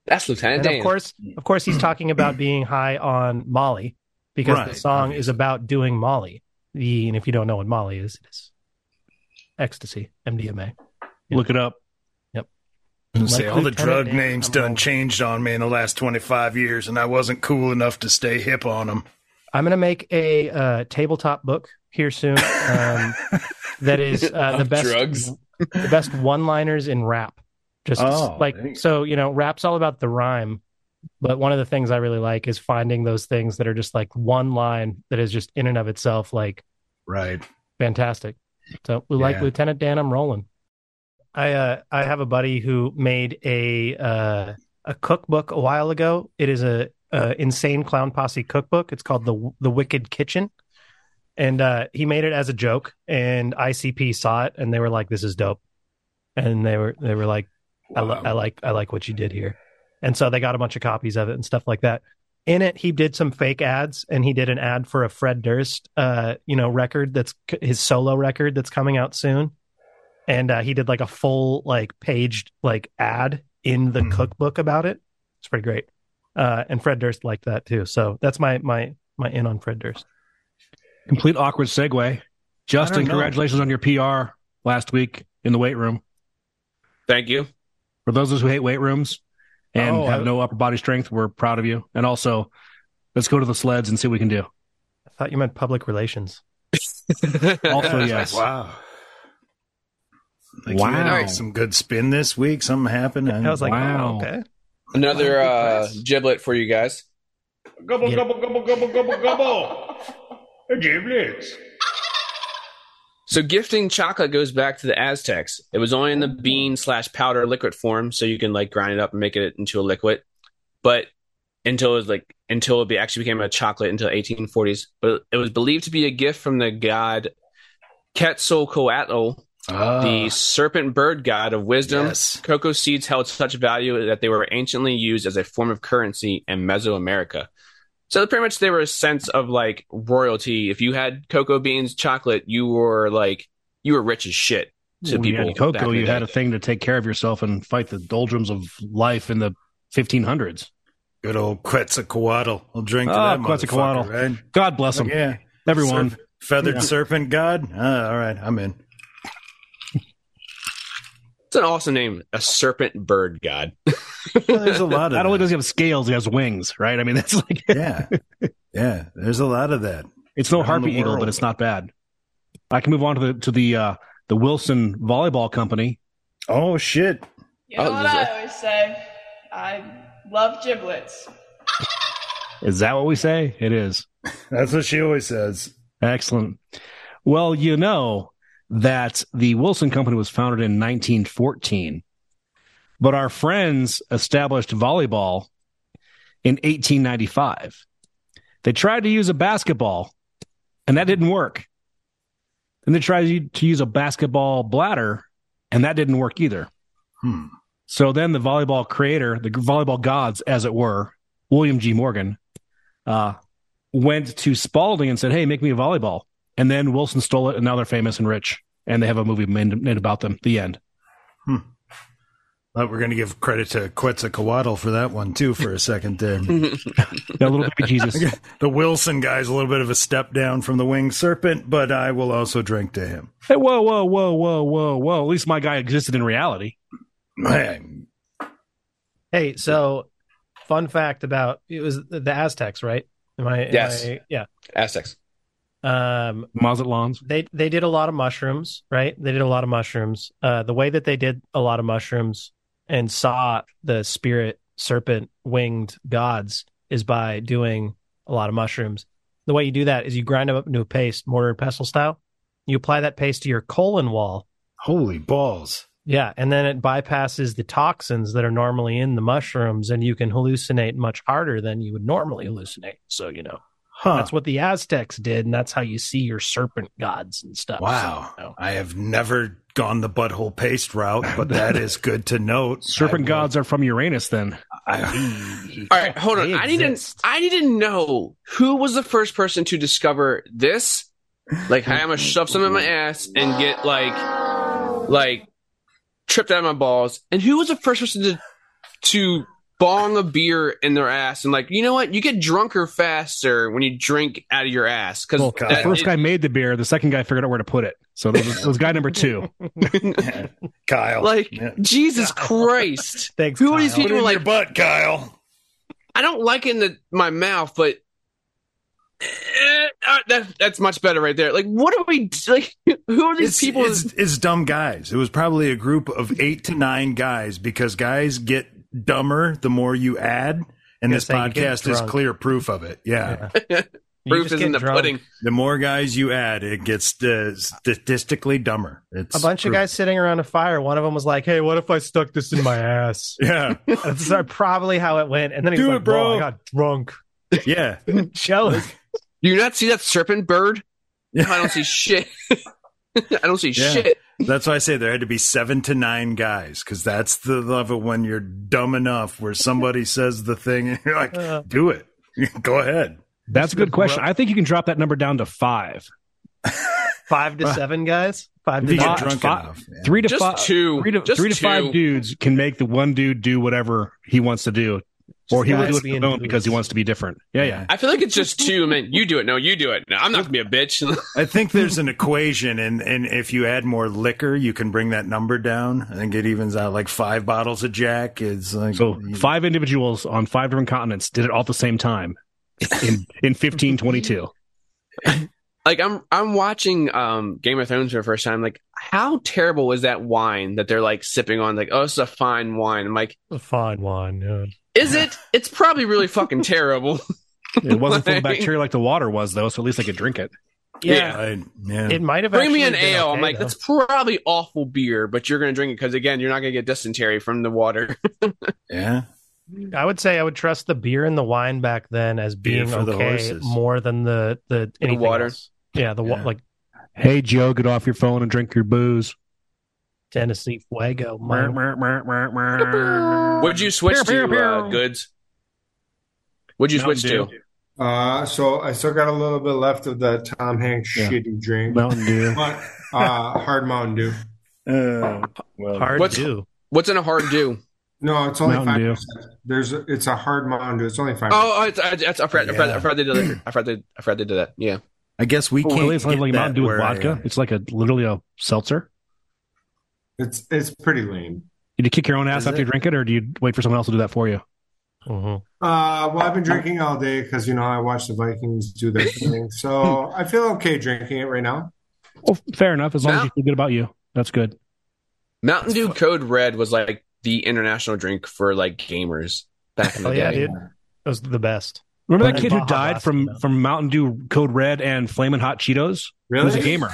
That's Lieutenant And Dan. of course, of course, he's talking about being high on Molly because Right, the song is about doing Molly. The and if you don't know what Molly is, it is ecstasy, MDMA. Look it up. Say all the Lieutenant drug Dan, names I'm done rolling. changed on me in the last 25 years, and I wasn't cool enough to stay hip on them. I'm going to make a uh, tabletop book here soon. Um, that is uh, the Of best drugs. the best one-liners in rap. Just Oh, like there you go. so, you know, rap's all about the rhyme. But one of the things I really like is finding those things that are just like one line that is just in and of itself like Right. fantastic. So we like Yeah. Lieutenant Dan. I'm rolling. I uh, I have a buddy who made a uh, a cookbook a while ago. It is a, a insane clown posse cookbook. It's called the the Wicked Kitchen, and uh, he made it as a joke. And ICP saw it, and they were like, "This is dope," and they were they were like, I, li- I like I like what you did here. And so they got a bunch of copies of it and stuff like that. In it, he did some fake ads, and he did an ad for a Fred Durst, uh, you know, record that's c- his solo record that's coming out soon. And uh, he did like a full like paged like ad in the Mhm. cookbook about it. It's pretty great. Uh, and Fred Durst liked that too. So that's my my my in on Fred Durst. Complete awkward segue. Justin, know. congratulations on your PR last week in the weight room. Thank you. For those of us who hate weight rooms and Oh, have I- no upper body strength, we're proud of you. And also, let's go to the sleds and see what we can do. I thought you meant public relations. Also, yes. Wow. Wow. wow. some good spin this week. oh, Something happened. I was like, Wow. oh, okay. uh, Another uh, giblet for you guys. Gobble, gobble, gobble, gobble, gobble, gobble. Giblets. So gifting chocolate goes back to the Aztecs. It was only in the bean slash powder liquid form, so you can like grind it up and make it into a liquid. But until it was like until it be, actually became a chocolate until 1840s. But it was believed to be a gift from the god Quetzalcoatl, Ah. the serpent bird god of wisdom. Cocoa seeds held such value that they were anciently used as a form of currency in Mesoamerica. So pretty much they were a sense of like royalty. If you had cocoa beans, chocolate, you were like you were rich as shit to when you people. had back cocoa, in the you had day. a thing to take care of yourself and fight the doldrums of life in the 1500s. Good old Quetzalcoatl. We'll drink to Oh, Ah, that Quetzalcoatl. motherfucker, right? God bless him. Yeah. Everyone. Serp- feathered Yeah. serpent god? Ah, all right, I'm in. It's an awesome name, a serpent bird god. there's a lot of Not only does he have scales, he has wings, right? I mean, that's like yeah, yeah. There's a lot of that. It's no Around harpy the eagle, world. but it's not bad. I can move on to the to the uh, the Wilson Volleyball Company. Oh shit! You know what I always say? I love giblets. Is that what we say? It is. That's what she always says. Excellent. Well, you know that the Wilson Company was founded in 1914, but our friends established volleyball in 1895. They tried to use a basketball, and that didn't work. Then they tried to use a basketball bladder, and that didn't work either. Hmm. So then the volleyball creator, the volleyball gods, as it were, William G. Morgan, uh, went to Spalding and said, Hey, make me a volleyball. And then Wilson stole it, and now they're famous and rich. And they have a movie made, made about them. The end. But we're gonna give credit to Quetzalcoatl for that one too for a second there. Yeah, little baby Jesus. the Wilson guy's a little bit of a step down from the winged serpent, but I will also drink to him. Hey, whoa, whoa, whoa, whoa, whoa, whoa. At least my guy existed in reality. Man. Hey, so fun fact about it was the Aztecs, right? Am I? am Yes. I- yeah. Aztecs. Um, Mazatlans. they they did a lot of mushrooms, right? They did a lot of mushrooms. Uh, the way that they did a lot of mushrooms and saw the spirit serpent winged gods is by doing a lot of mushrooms. The way you do that is you grind them up into a paste, mortar and pestle style. You apply that paste to your colon wall. Holy balls. Yeah, and then it bypasses the toxins that are normally in the mushrooms, and you can hallucinate much harder than you would normally hallucinate. So you know Huh. that's what the Aztecs did, and that's how you see your serpent gods and stuff. Wow. So, you know. I have never gone the butthole paste route, but that is good to note. Serpent gods are from Uranus, then. All right, hold on. I need to I need to know who was the first person to discover this. Like hey, I'm gonna shove some in my ass and get like like tripped out of my balls. And who was the first person to to bong a beer in their ass and like, you know what? You get drunker faster when you drink out of your ass. Cause Well, the that- first it- guy made the beer. The second guy figured out where to put it. So that was, that was guy number two. Kyle. like Yeah. Jesus Christ. Thanks, Who are these Kyle. Put it people in like your butt, Kyle. I don't like it in the, my mouth, but eh, uh, that, that's much better right there. Like, what are we like? Who are these it's, people? It's, it's dumb guys. It was probably a group of eight to nine guys because guys get dumber the more you add, and Yeah, this so you get podcast is drunk. clear proof of it. Yeah. You proof just is get in the drunk. pudding. The more guys you add, it gets uh, statistically dumber. It's A bunch of true. guys sitting around a fire. One of them was like, "Hey, what if I stuck this in my ass?" Yeah. That's not probably how it went. And then he's Do like, it, bro. "Whoa, I got drunk, Yeah. jealous." Do you not see that serpent bird? I don't see shit. I don't see Yeah. shit. That's why I say there had to be seven to nine guys because that's the level when you're dumb enough where somebody says the thing and you're like, Uh. do it. Go ahead. That's a good question. I think you can drop that number down to five. Five to seven guys. Five If to you nine. get drunk five- enough. man. Three to Just five. two. Three to, Just three to two. five dudes can make the one dude do whatever he wants to do, or he will guys do it being alone because he dudes. wants to be different. Yeah, yeah. I feel like it's just two men. You do it. No, you do it. No, I'm not gonna be a bitch. I think there's an equation, and, and if you add more liquor, you can bring that number down. I think it evens out like five bottles of Jack. It's like So five individuals on five different continents did it all at the same time in in 1522. like I'm I'm watching um Game of Thrones for the first time. Like, how terrible was that wine that they're like sipping on? Like, oh, it's a fine wine. I'm like, A fine one. yeah. is it? It's probably really fucking terrible. It wasn't full of Like- bacteria like the water was, though, so at least I could drink it. Yeah. yeah. It might have Bring me actually an been ale. okay, I'm like, though. that's probably awful beer, but you're going to drink it because, again, you're not going to get dysentery from the water. Yeah. I would say I would trust the beer and the wine back then as Beer being for the okay horses. more than the the anything water. else. Yeah, the wa- like Hey, Joe, get off your phone and drink your booze. Tennessee Fuego. Mer, mine. mer, mer, mer, mer. Would you switch Pew, to pew, uh, pew. goods? Would you switch to? Uh, so I still got a little bit left of the Tom Hanks Yeah. shitty drink, Mountain Dew? but uh, hard Mountain Dew. Uh, well, Hard What's- do. What's in a hard do? No, it's only five Mountain Dew. percent. There's it's a hard Mountain Dew. It's only five. Oh, oh, it's, I, it's, I, forgot, I, forgot, Yeah. I forgot they did that. I forgot they, I forgot they did that. Yeah. I guess we Oh, can't really? It's get like, like that Mountain Dew with where I vodka. am. It's like a literally a seltzer. Oh. It's it's pretty lame. Did you kick your own ass Is after it? you drink it, or do you wait for someone else to do that for you? Mhm. Uh, well, I've been drinking all day because you know I watched the Vikings do their thing, so I feel okay drinking it right now. Well, fair enough. As long as No. you feel good about you, that's good. Mountain Dew Code Red was like the international drink for like gamers back in the Hell Oh, yeah, day. dude. Those are the best. Remember But that kid who Baja died Blast from though. from Mountain Dew Code Red and Flamin' Hot Cheetos? He was a Really? gamer.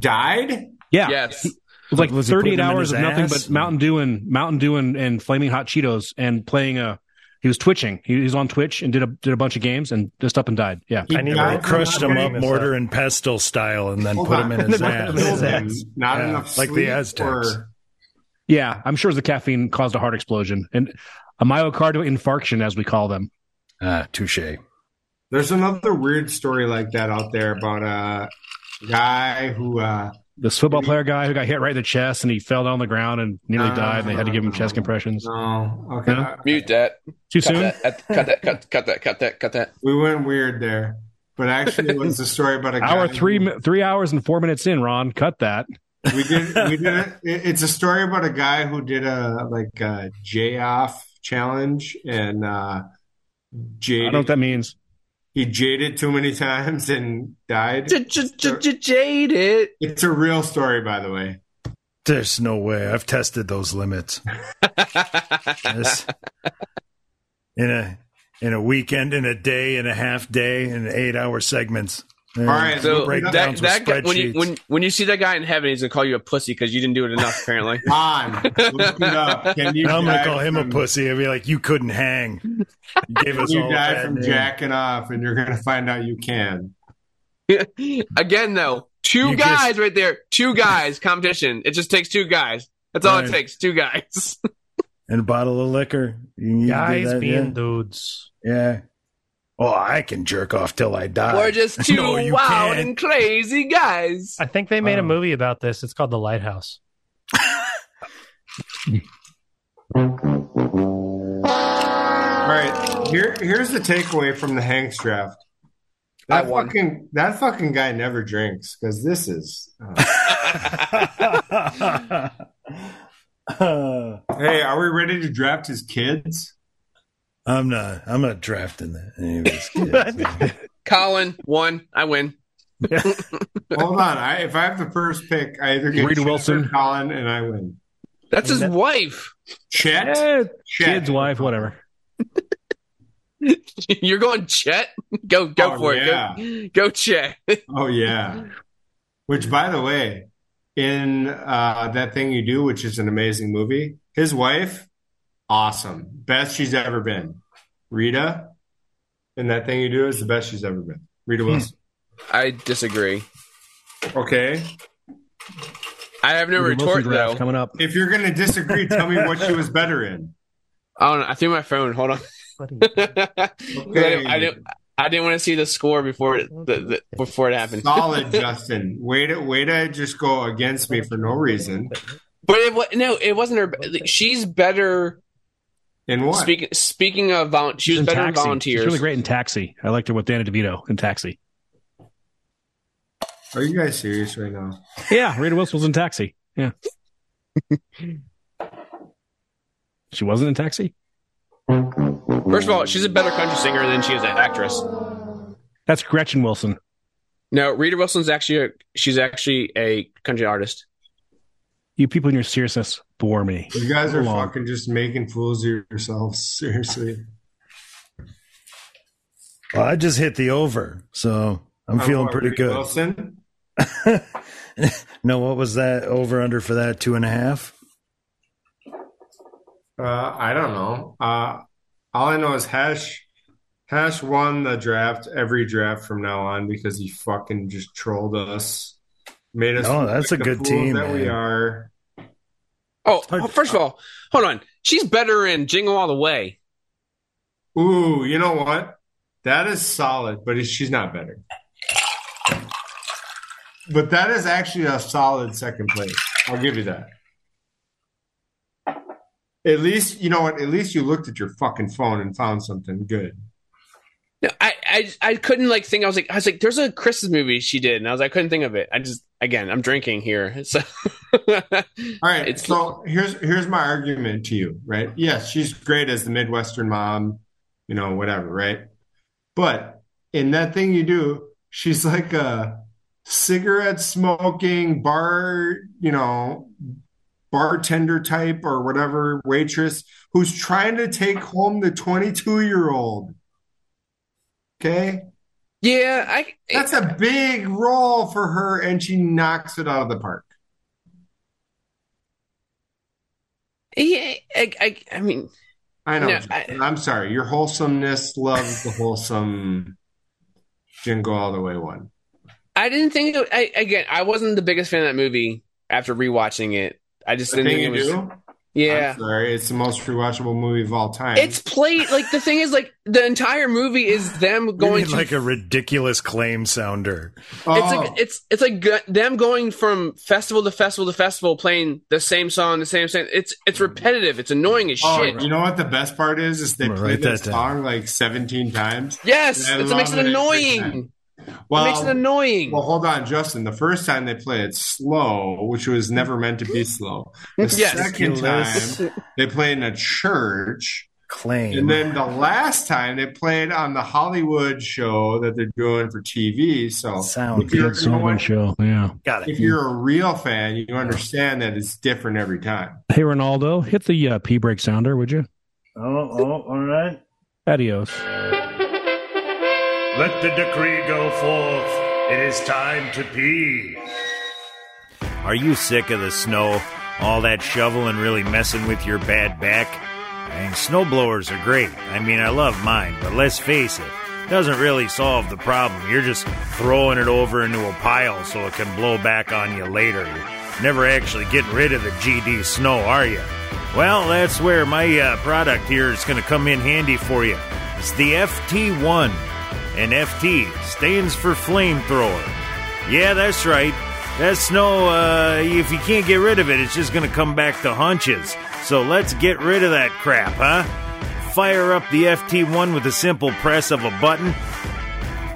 Died? Yeah, Yes. It was like Was he putting 38 them in hours of his nothing ass? but Mountain Dew and Mountain Dew and, and Flaming Hot Cheetos and playing a. He was twitching. He was on Twitch and did a did a bunch of games and just up and died. Yeah, He I need to died They I'm crushed from him not up getting- mortar and pestle style and then Hold put on. him in his his ass. ass. Not Yeah, enough like the sleep Aztecs. or- yeah. I'm sure the caffeine caused a heart explosion and a myocardial infarction, as we call them. Ah, touche. There's another weird story like that out there about a guy who uh, This football player guy who got hit right in the chest and he fell down on the ground and nearly died. and They had to give him chest compressions. no okay No? Mute that. Too Cut soon. that. At- Cut that. Cut, cut that. Cut that. Cut that. we went weird there, but actually it was the story about a guy Hour three, mi- three hours and four minutes in. Ron, cut that. we did we did a, it, it's a story about a guy who did a like a J off challenge and uh, I don't jaded know what that means. he jaded too many times and died. Jade it. It's a real story, by the way. There's no way. I've tested those limits. Yes. in a in a weekend, in a day, and a half day, in eight hour segments. All right, So that, breakdowns with that guy, when you spreadsheets. when when you see that guy in heaven, he's gonna call you a pussy because you didn't do it enough. Apparently, Don, look it up. Can you? And I'm gonna die call him a from- pussy. I'd be like, you couldn't hang. You gave us You all a die bad from name. jacking off, and you're gonna find out you can. again though, two You guys right there, two guys competition. It just takes two guys. That's all Right. it takes, two guys. and a bottle of liquor. You can do Guys that, being dudes. yeah. yeah. Oh, I can jerk off till I die. We're just two No, you wild can't. and crazy guys. I think they made a Oh. movie about this. It's called The Lighthouse. All right, here here's the takeaway from the Hanks draft. That I won. fucking that fucking guy never drinks because this is. uh, hey, are we ready to draft his kids? I'm not. I'm not drafting that. any of these kids, man. Colin won. I win. Hold on, I, if I have the first pick, I either get Reed Chet or Wilson. Colin, and I win. That's his wife. Chet, Eh, Chet. kids, wife, whatever. You're going Chet. Go go Oh, for it. Go, go Chet. Oh yeah. Which by the way, in uh that thing you do, which is an amazing movie, his wife, awesome. Best she's ever been. Rita, in that thing you do is the best she's ever been. Rita Hmm. Wilson. I disagree. Okay. I have no Rudy Wilson retort draft though. coming up. If you're gonna disagree, tell me what she was better in. I don't know. I threw my phone. Hold on. I, didn't, I didn't. I didn't want to see the score before it the, the, before it happened. Solid, Justin. Way to way to just go against me for no reason. But it, wa- no, it wasn't her. She's better. In what? Speaking speaking of volunteers, she was in better in taxi. volunteers. She's really great in Taxi. I liked her with Danny DeVito in Taxi. Are you guys serious right now? Yeah, Rita Wilson was in Taxi. Yeah. she wasn't in Taxi? First of all, she's a better country singer than she is an actress. That's Gretchen Wilson. No, Rita Wilson's actually a, she's actually a country artist. You people in your seriousness bore me. You guys are Hold on. fucking just making fools of yourselves. Seriously. Well, I just hit the over, so I'm Uh, feeling what, pretty Reed good. Wilson? No, what was that over under for that? Two and a half? Uh, I don't know. Uh, all I know is Hash Hash won the draft every draft from now on because he fucking just trolled us, made us. No, look that's like a the good fool team, that we man. are. Oh, oh, first of all, hold on. She's better in Jingle All the Way. Ooh, you know what? That is solid, but it- she's not better. But that is actually a solid second place. I'll give you that. At least you know what. At least you looked at your fucking phone and found something good. No, I, I I couldn't like think. I was like I was like, there's a Christmas movie she did, and I was like, I couldn't think of it. I just again, I'm drinking here, so All right. so here's here's my argument to you, right? Yes, she's great as the Midwestern mom, you know, whatever, right? But in that thing you do, she's like a cigarette smoking bar, you know, bartender type or whatever waitress who's trying to take home the 22 year old. Okay. Yeah, I. That's a big role for her, and she knocks it out of the park. yeah, I, I, I mean, I know. No, Justin. I'm sorry. Your wholesomeness loves the wholesome jingle all the way one. I didn't think. It, I again, I wasn't the biggest fan of that movie after rewatching it. I just The didn't thing think it you was. do? Yeah, I'm sorry. It's the most rewatchable movie of all time. it's played like the thing is like the entire movie is them We going need, to like a ridiculous claim sounder. It's Oh, like it's it's like go- them going from festival to festival to festival, playing the same song, the same song. It's it's Mm-hmm. repetitive. It's annoying as Oh, shit. you know what the best part is? Is they play write this that down. song like 17 times. Yes, And I it's, it makes love it every annoying. time. it makes it annoying. Well, hold on, Justin. The first time they play it slow, which was never meant to be slow. The Yes. second time they play in a church, Claim. and then the last time they played on the Hollywood show that they're doing for TV. So Sound if you're, you know what? show. Yeah. Got if it. you're a real fan, you understand that it's different every time. Hey, Ronaldo, hit the uh, P break sounder, would you? Oh, oh, all right. Adios. Let the decree go forth. It is time to pee. Are you sick of the snow? All that shoveling really messing with your bad back? And snowblowers are great. I mean, I love mine, but let's face it, doesn't really solve the problem. You're just throwing it over into a pile so it can blow back on you later. You're never actually getting rid of the GD snow, are you? Well, that's where my uh, product here is going to come in handy for you. It's the FT1, and FT stands for flamethrower. Yeah, that's right. That snow, uh, if you can't get rid of it, it's just going to come back to hunches. So let's get rid of that crap, huh? Fire up the FT1 with a simple press of a button.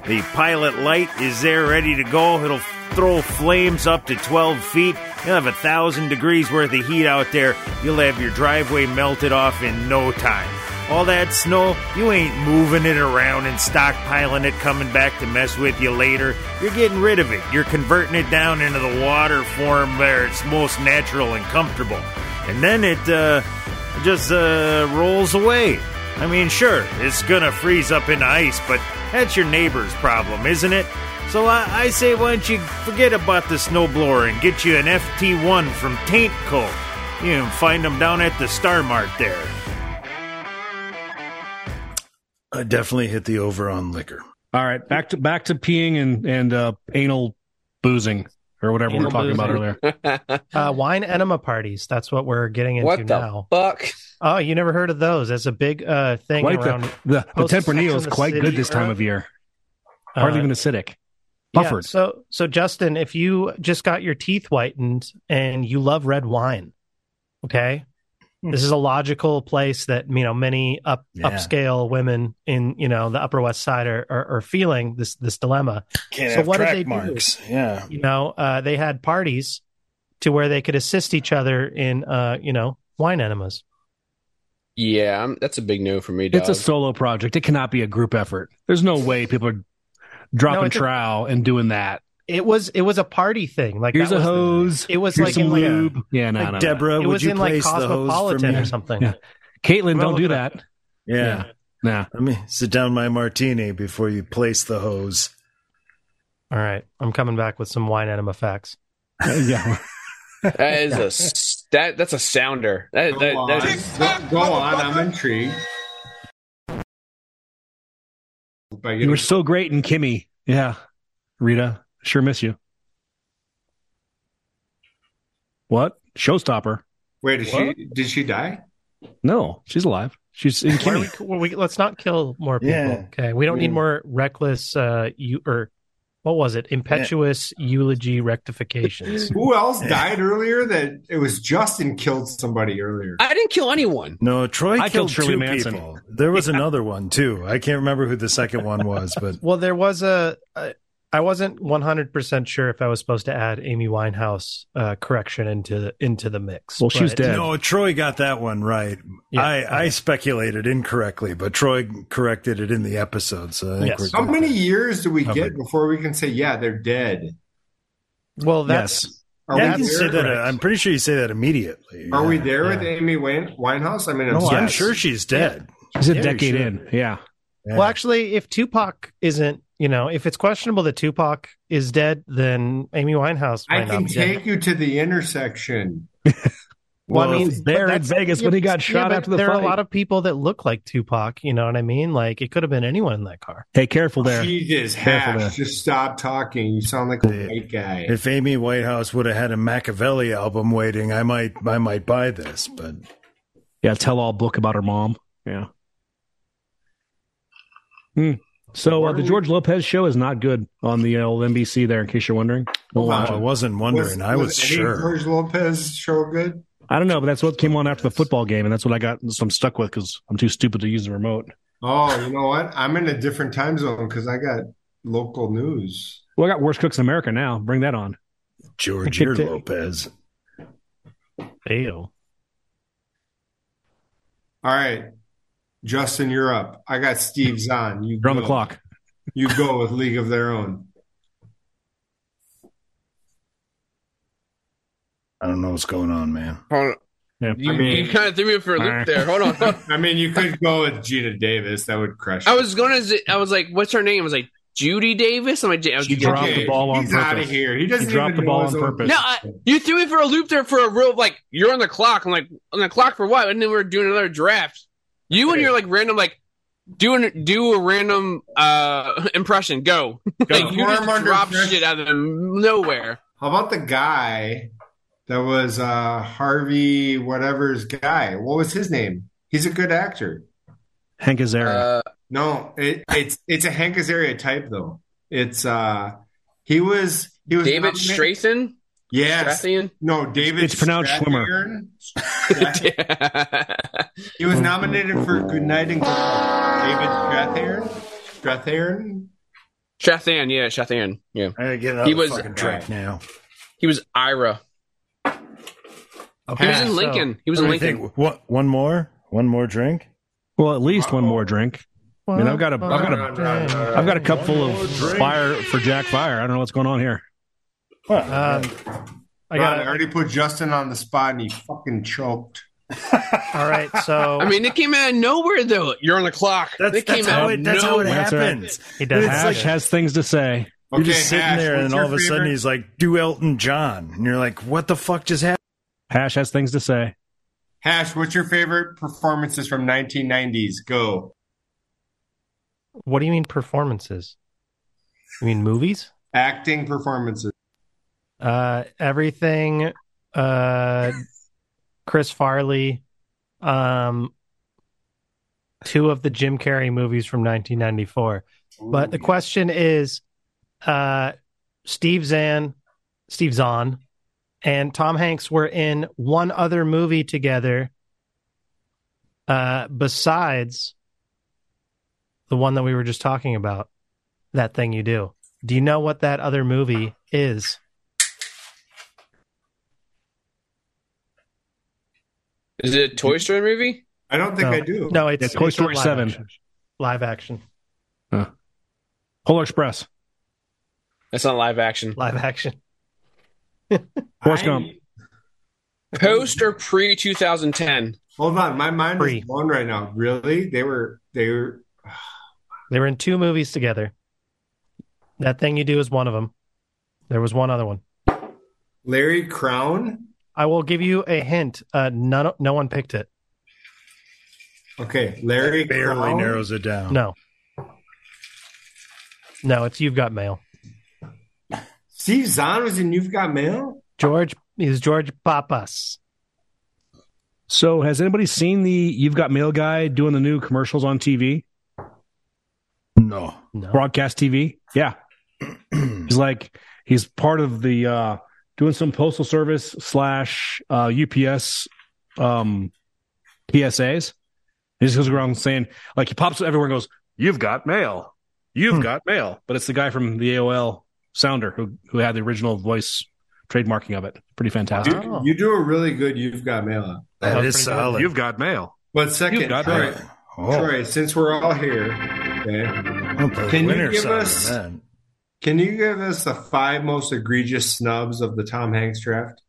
The pilot light is there ready to go. It'll throw flames up to 12 feet. You'll have a thousand degrees worth of heat out there. You'll have your driveway melted off in no time. All that snow, you ain't moving it around and stockpiling it, coming back to mess with you later. You're getting rid of it. You're converting it down into the water form where it's most natural and comfortable. And then it, uh, it just uh, rolls away. I mean, sure, it's gonna freeze up into ice, but that's your neighbor's problem, isn't it? So I, I say, why don't you forget about the snowblower and get you an FT1 from Taint Co. You can find them down at the Star Mart there. I definitely hit the over on liquor. All right, back to back to peeing and and uh, anal boozing or whatever we Anal were talking about boozing. earlier. Uh, wine enema parties. That's what we're getting into What the now. fuck? Oh, you never heard of those? That's a big uh, thing Quite around. the the, the post-sex Tempranillo is in the quite city good this time era. of year. Uh, Hardly even acidic. Yeah, Buffered. so, so Justin, if you just got your teeth whitened and you love red wine, okay, this is a logical place that you know many up Yeah. upscale women in you know the Upper West Side are are, are feeling this this dilemma. Can't So have what did track they do? marks. marks. Yeah. You know, uh, they had parties to where they could assist each other in uh, you know wine enemas. Yeah, I'm, that's a big no for me. Dog. it's a solo project. It cannot be a group effort. There's no way people are dropping No, it's a- trowel and doing that. It was it was a party thing. Like Here's that a was the- hose. it was here's like some in like a- lube. yeah, no, no, no. Deborah, it would was you in like place the hose for Cosmopolitan me? or something. Yeah. Caitlin, Well, don't do look that. at Yeah. Nah. Let me sit down my martini before you place the hose. All right, I'm coming back with some wine enema facts. yeah. That is a s- that that's a sounder. That, that, Go that on. is, Go- go on. I'm intrigued. But You were so great in Kimmy. Yeah. Rita, sure miss you. What? Showstopper. Wait, is she, did she die? No, she's alive. She's in Why are Kimmy. we, well, we, let's not kill more people. Yeah. Okay, we don't Yeah. need more reckless. Uh, you or what was it? Impetuous eulogy rectifications. Who else died earlier? That it was Justin killed somebody earlier. I didn't kill anyone. No, Troy I killed, killed Shirley two Manson. people. There was another one too. I can't remember who the second one was, but Well, there was a. I I wasn't 100 percent sure if I was supposed to add Amy Winehouse uh, correction into the into the mix. Well, she was but- dead. no, Troy got that one right. Yeah, I, I speculated incorrectly, but Troy corrected it in the episode. So I think Yes. we're How good. many years do we Covered. get before we can say, yeah, they're dead? Well, that's yes. Are yeah, you we can say there? that. uh, Correct. I'm pretty sure you say that immediately. Are we Yeah. there with Yeah. Amy Wine- Winehouse? I mean, No, it's I'm yes. sure she's dead. She's a Yeah, decade sure. in. Yeah. Well, actually, if Tupac isn't, you know, if it's questionable that Tupac is dead, then Amy Winehouse. I might not can be dead. take you to the intersection. Well, I Well, mean, it's but there in that's- Vegas when he got but- shot but after the There are fight. a lot of people that look like Tupac. You know what I mean? Like it could have been anyone in that car. Hey, careful there. Jesus, Careful Hash, just stop talking. You sound like Yeah. a white guy. If Amy Whitehouse would have had a Machiavelli album waiting, I might I might buy this. But Yeah, tell all book about her mom. Yeah. Hmm. So uh, the George Lopez show is not good on the uh, old NBC there, in case you're wondering. Don't watch I it. wasn't wondering. I was any sure. George Lopez show good. I don't know, but that's what came on after the football game, and that's what I got. So I'm stuck with because I'm too stupid to use the remote. Oh, you know what? I'm in a different time zone because I got local news. Well, I got worst cooks in America now. Bring that on. George I could t- Lopez. Ew. All right, Justin, you're up. I got Steve Zahn. You You're on the go. clock. You go with League of Their Own. I don't know what's going on, man. hold on. Yeah. You, I mean- kind of threw me for a loop there. Hold on. hold on. I mean, you could go with Gina Davis. That would crush. I it. was going to. I was like, "What's her name?" I was like, "Judy Davis." I'm like, I was She dropped the ball on He's purpose. out of here. He doesn't He dropped even the know ball his on own- purpose. No, I, you threw me for a loop there for a real like you're on the clock. I'm like on the clock for what? And then we're doing another draft. You and your like random like doing do a random uh impression. Go. like you Form just under drop pressure. shit out of nowhere. How about the guy that was uh, Harvey whatever's guy? What was his name? He's a good actor. Hank Azaria. Uh, No, it, it's it's a Hank Azaria type though. It's uh he was he was David nominated- Strayson. Yes, Strathian. no, David. It's pronounced Schwimmer. Strathairn? Strath- he was nominated for Good Night and Good Luck. David Strathairn. Strathairn. Strathan, yeah, Strathan, yeah. I gotta get out He of the was- fucking track now. He was Ira. He was so- in Lincoln. He was What in do you Lincoln. think? What? One more? One more drink? well, at least one more drink. I mean, I've got a, I've got a, Run, run, run. I've got a cup full of fire for Jack Fire. I don't know what's going on here. Well, Um, I Ron, I got. already put Justin on the spot and he fucking choked. All right, so I mean, it came out of nowhere though. You're on the clock. that's, they came that's how out of it, that's how it nowhere. That's right. happens. he does It's have Hash it. has things to say. You're just sitting Ash, there, and what's then all of your a sudden favorite? he's like, "Do Elton John," and you're like, "What the fuck just happened?" Hash has things to say. Hash, what's your favorite performances from 1990s? Go. What do you mean performances? You mean movies? Acting performances. Uh, everything. Uh, Chris Farley. Um, two of the Jim Carrey movies from 1994. But the question is, uh, Steve Zahn, Steve Zahn, and Tom Hanks were in one other movie together, uh, besides the one that we were just talking about. That thing you do. Do you know what that other movie is? Is it a Toy Story movie? I don't think no. I do. No, it's, It's Toy it's a Story live 7. action. Live action. Polar Express. That's not live action. Live action. Forrest Gump. Post or pre 2010? Hold on, my mind Free. is blown right now. Really, they were they were They were in two movies together. That thing you do is one of them. There was one other one. Larry Crown. I will give you a hint. Uh, none, no one picked it. Okay, Larry Barely Crown. narrows it down. No. No, it's you've got mail. Steve Zahn was in You've Got Mail. George is George Papas. So, has anybody seen the You've Got Mail guy doing the new commercials on TV, No. broadcast TV? Yeah, he's like he's part of the uh doing some postal service slash uh UPS um PSAs. He just goes around saying like he pops up everywhere and goes, "You've got mail, you've got mail," but it's the guy from the AOL Sounder who who had the original voice trademarking of it. Pretty fantastic. You, you do a really good You've Got Mail. That That was is pretty good. solid. You've got mail. But second, You've got Troy, mail. Oh. Troy, since we're all here, okay, I'll put Can you winner give sign on us- that. can you give us the five most egregious snubs of the Tom Hanks draft?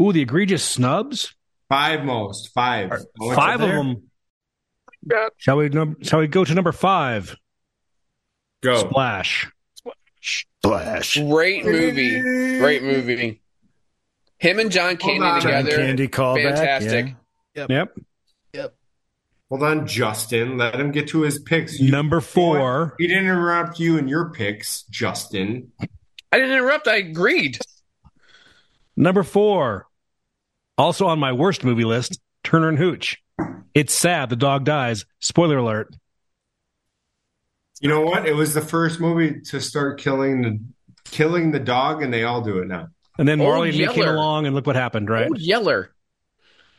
Ooh, the egregious snubs. Five most, five, Oh, it's five up of there? them. Shall we? Num- shall we go to number five? Go. Splash. Flash. Great movie. Great movie. Him and John Candy on. John together. Candy callback. Fantastic. Yeah. Yep. Hold on, Justin. Let him get to his picks. You- Number four. he didn't interrupt you and your picks, Justin. I didn't interrupt. I agreed. Number four. Also on my worst movie list, Turner and Hooch. It's sad the dog dies. Spoiler alert. You know what? It was the first movie to start killing the killing the dog, and they all do it now. And then Old Marley and me came Yeller. along, and look what happened, right? Old Yeller.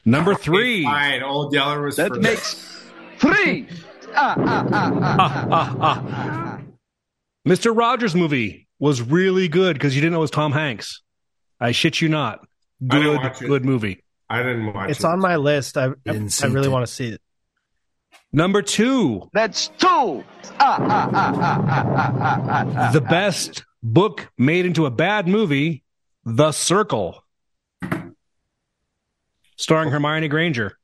Number three. Ah, Oh, Fine, Old Yeller was That first. makes three. Ah, ah, ah, ah. ah, ah. Mr. Rogers movie was really good because you didn't know it was Tom Hanks. I shit you not. didn't Good, watch it. good movie. I didn't watch It's it. on my list. I I, Didn't see really it. want to see it. Number two. That's two. Ah, ah, ah, ah, ah, ah, ah, ah. the best book made into a bad movie, The Circle, starring Hermione Granger.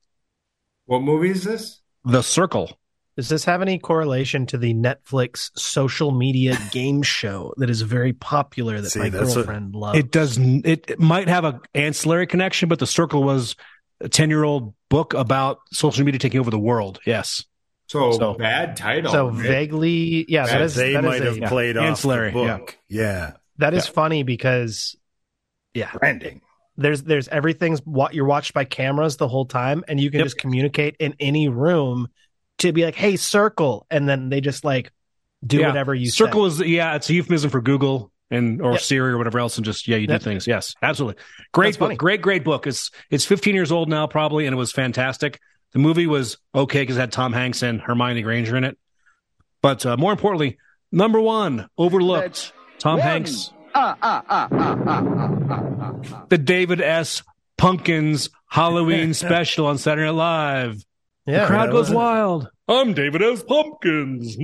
What movie is this? The Circle. Does this have any correlation to the Netflix social media game show that is very popular that See, my that's what- girlfriend loves? It does. It, it might have a ancillary connection, but The Circle was a ten-year-old book about social media taking over the world. Yes, So, So- bad title. So right? vaguely, yeah, that So is they that is might a- have played off Ancillary, the book. Yeah. that is funny because Branding. there's there's everything's what you're watched by cameras the whole time, and you can Yep. just communicate in any room to be like, "Hey, circle," and then they just like do Yeah. whatever you say. Circle is yeah, it's a euphemism for Google and or Yep. Siri or whatever else, and just yeah, you Yep. do things. Yes, absolutely. Great That's book. funny. Great, great book. It's it's 15 years old now probably, and it was fantastic. The movie was okay because it had Tom Hanks and Hermione Granger in it. But uh, more importantly, number one overlooked That's Tom one. Hanks, Ah, ah, ah, ah, ah, ah, ah, ah, ah. the David S. Pumpkins Halloween special on Saturday Night Live. yeah, Crowd that goes was it. wild. I'm David S. Pumpkins.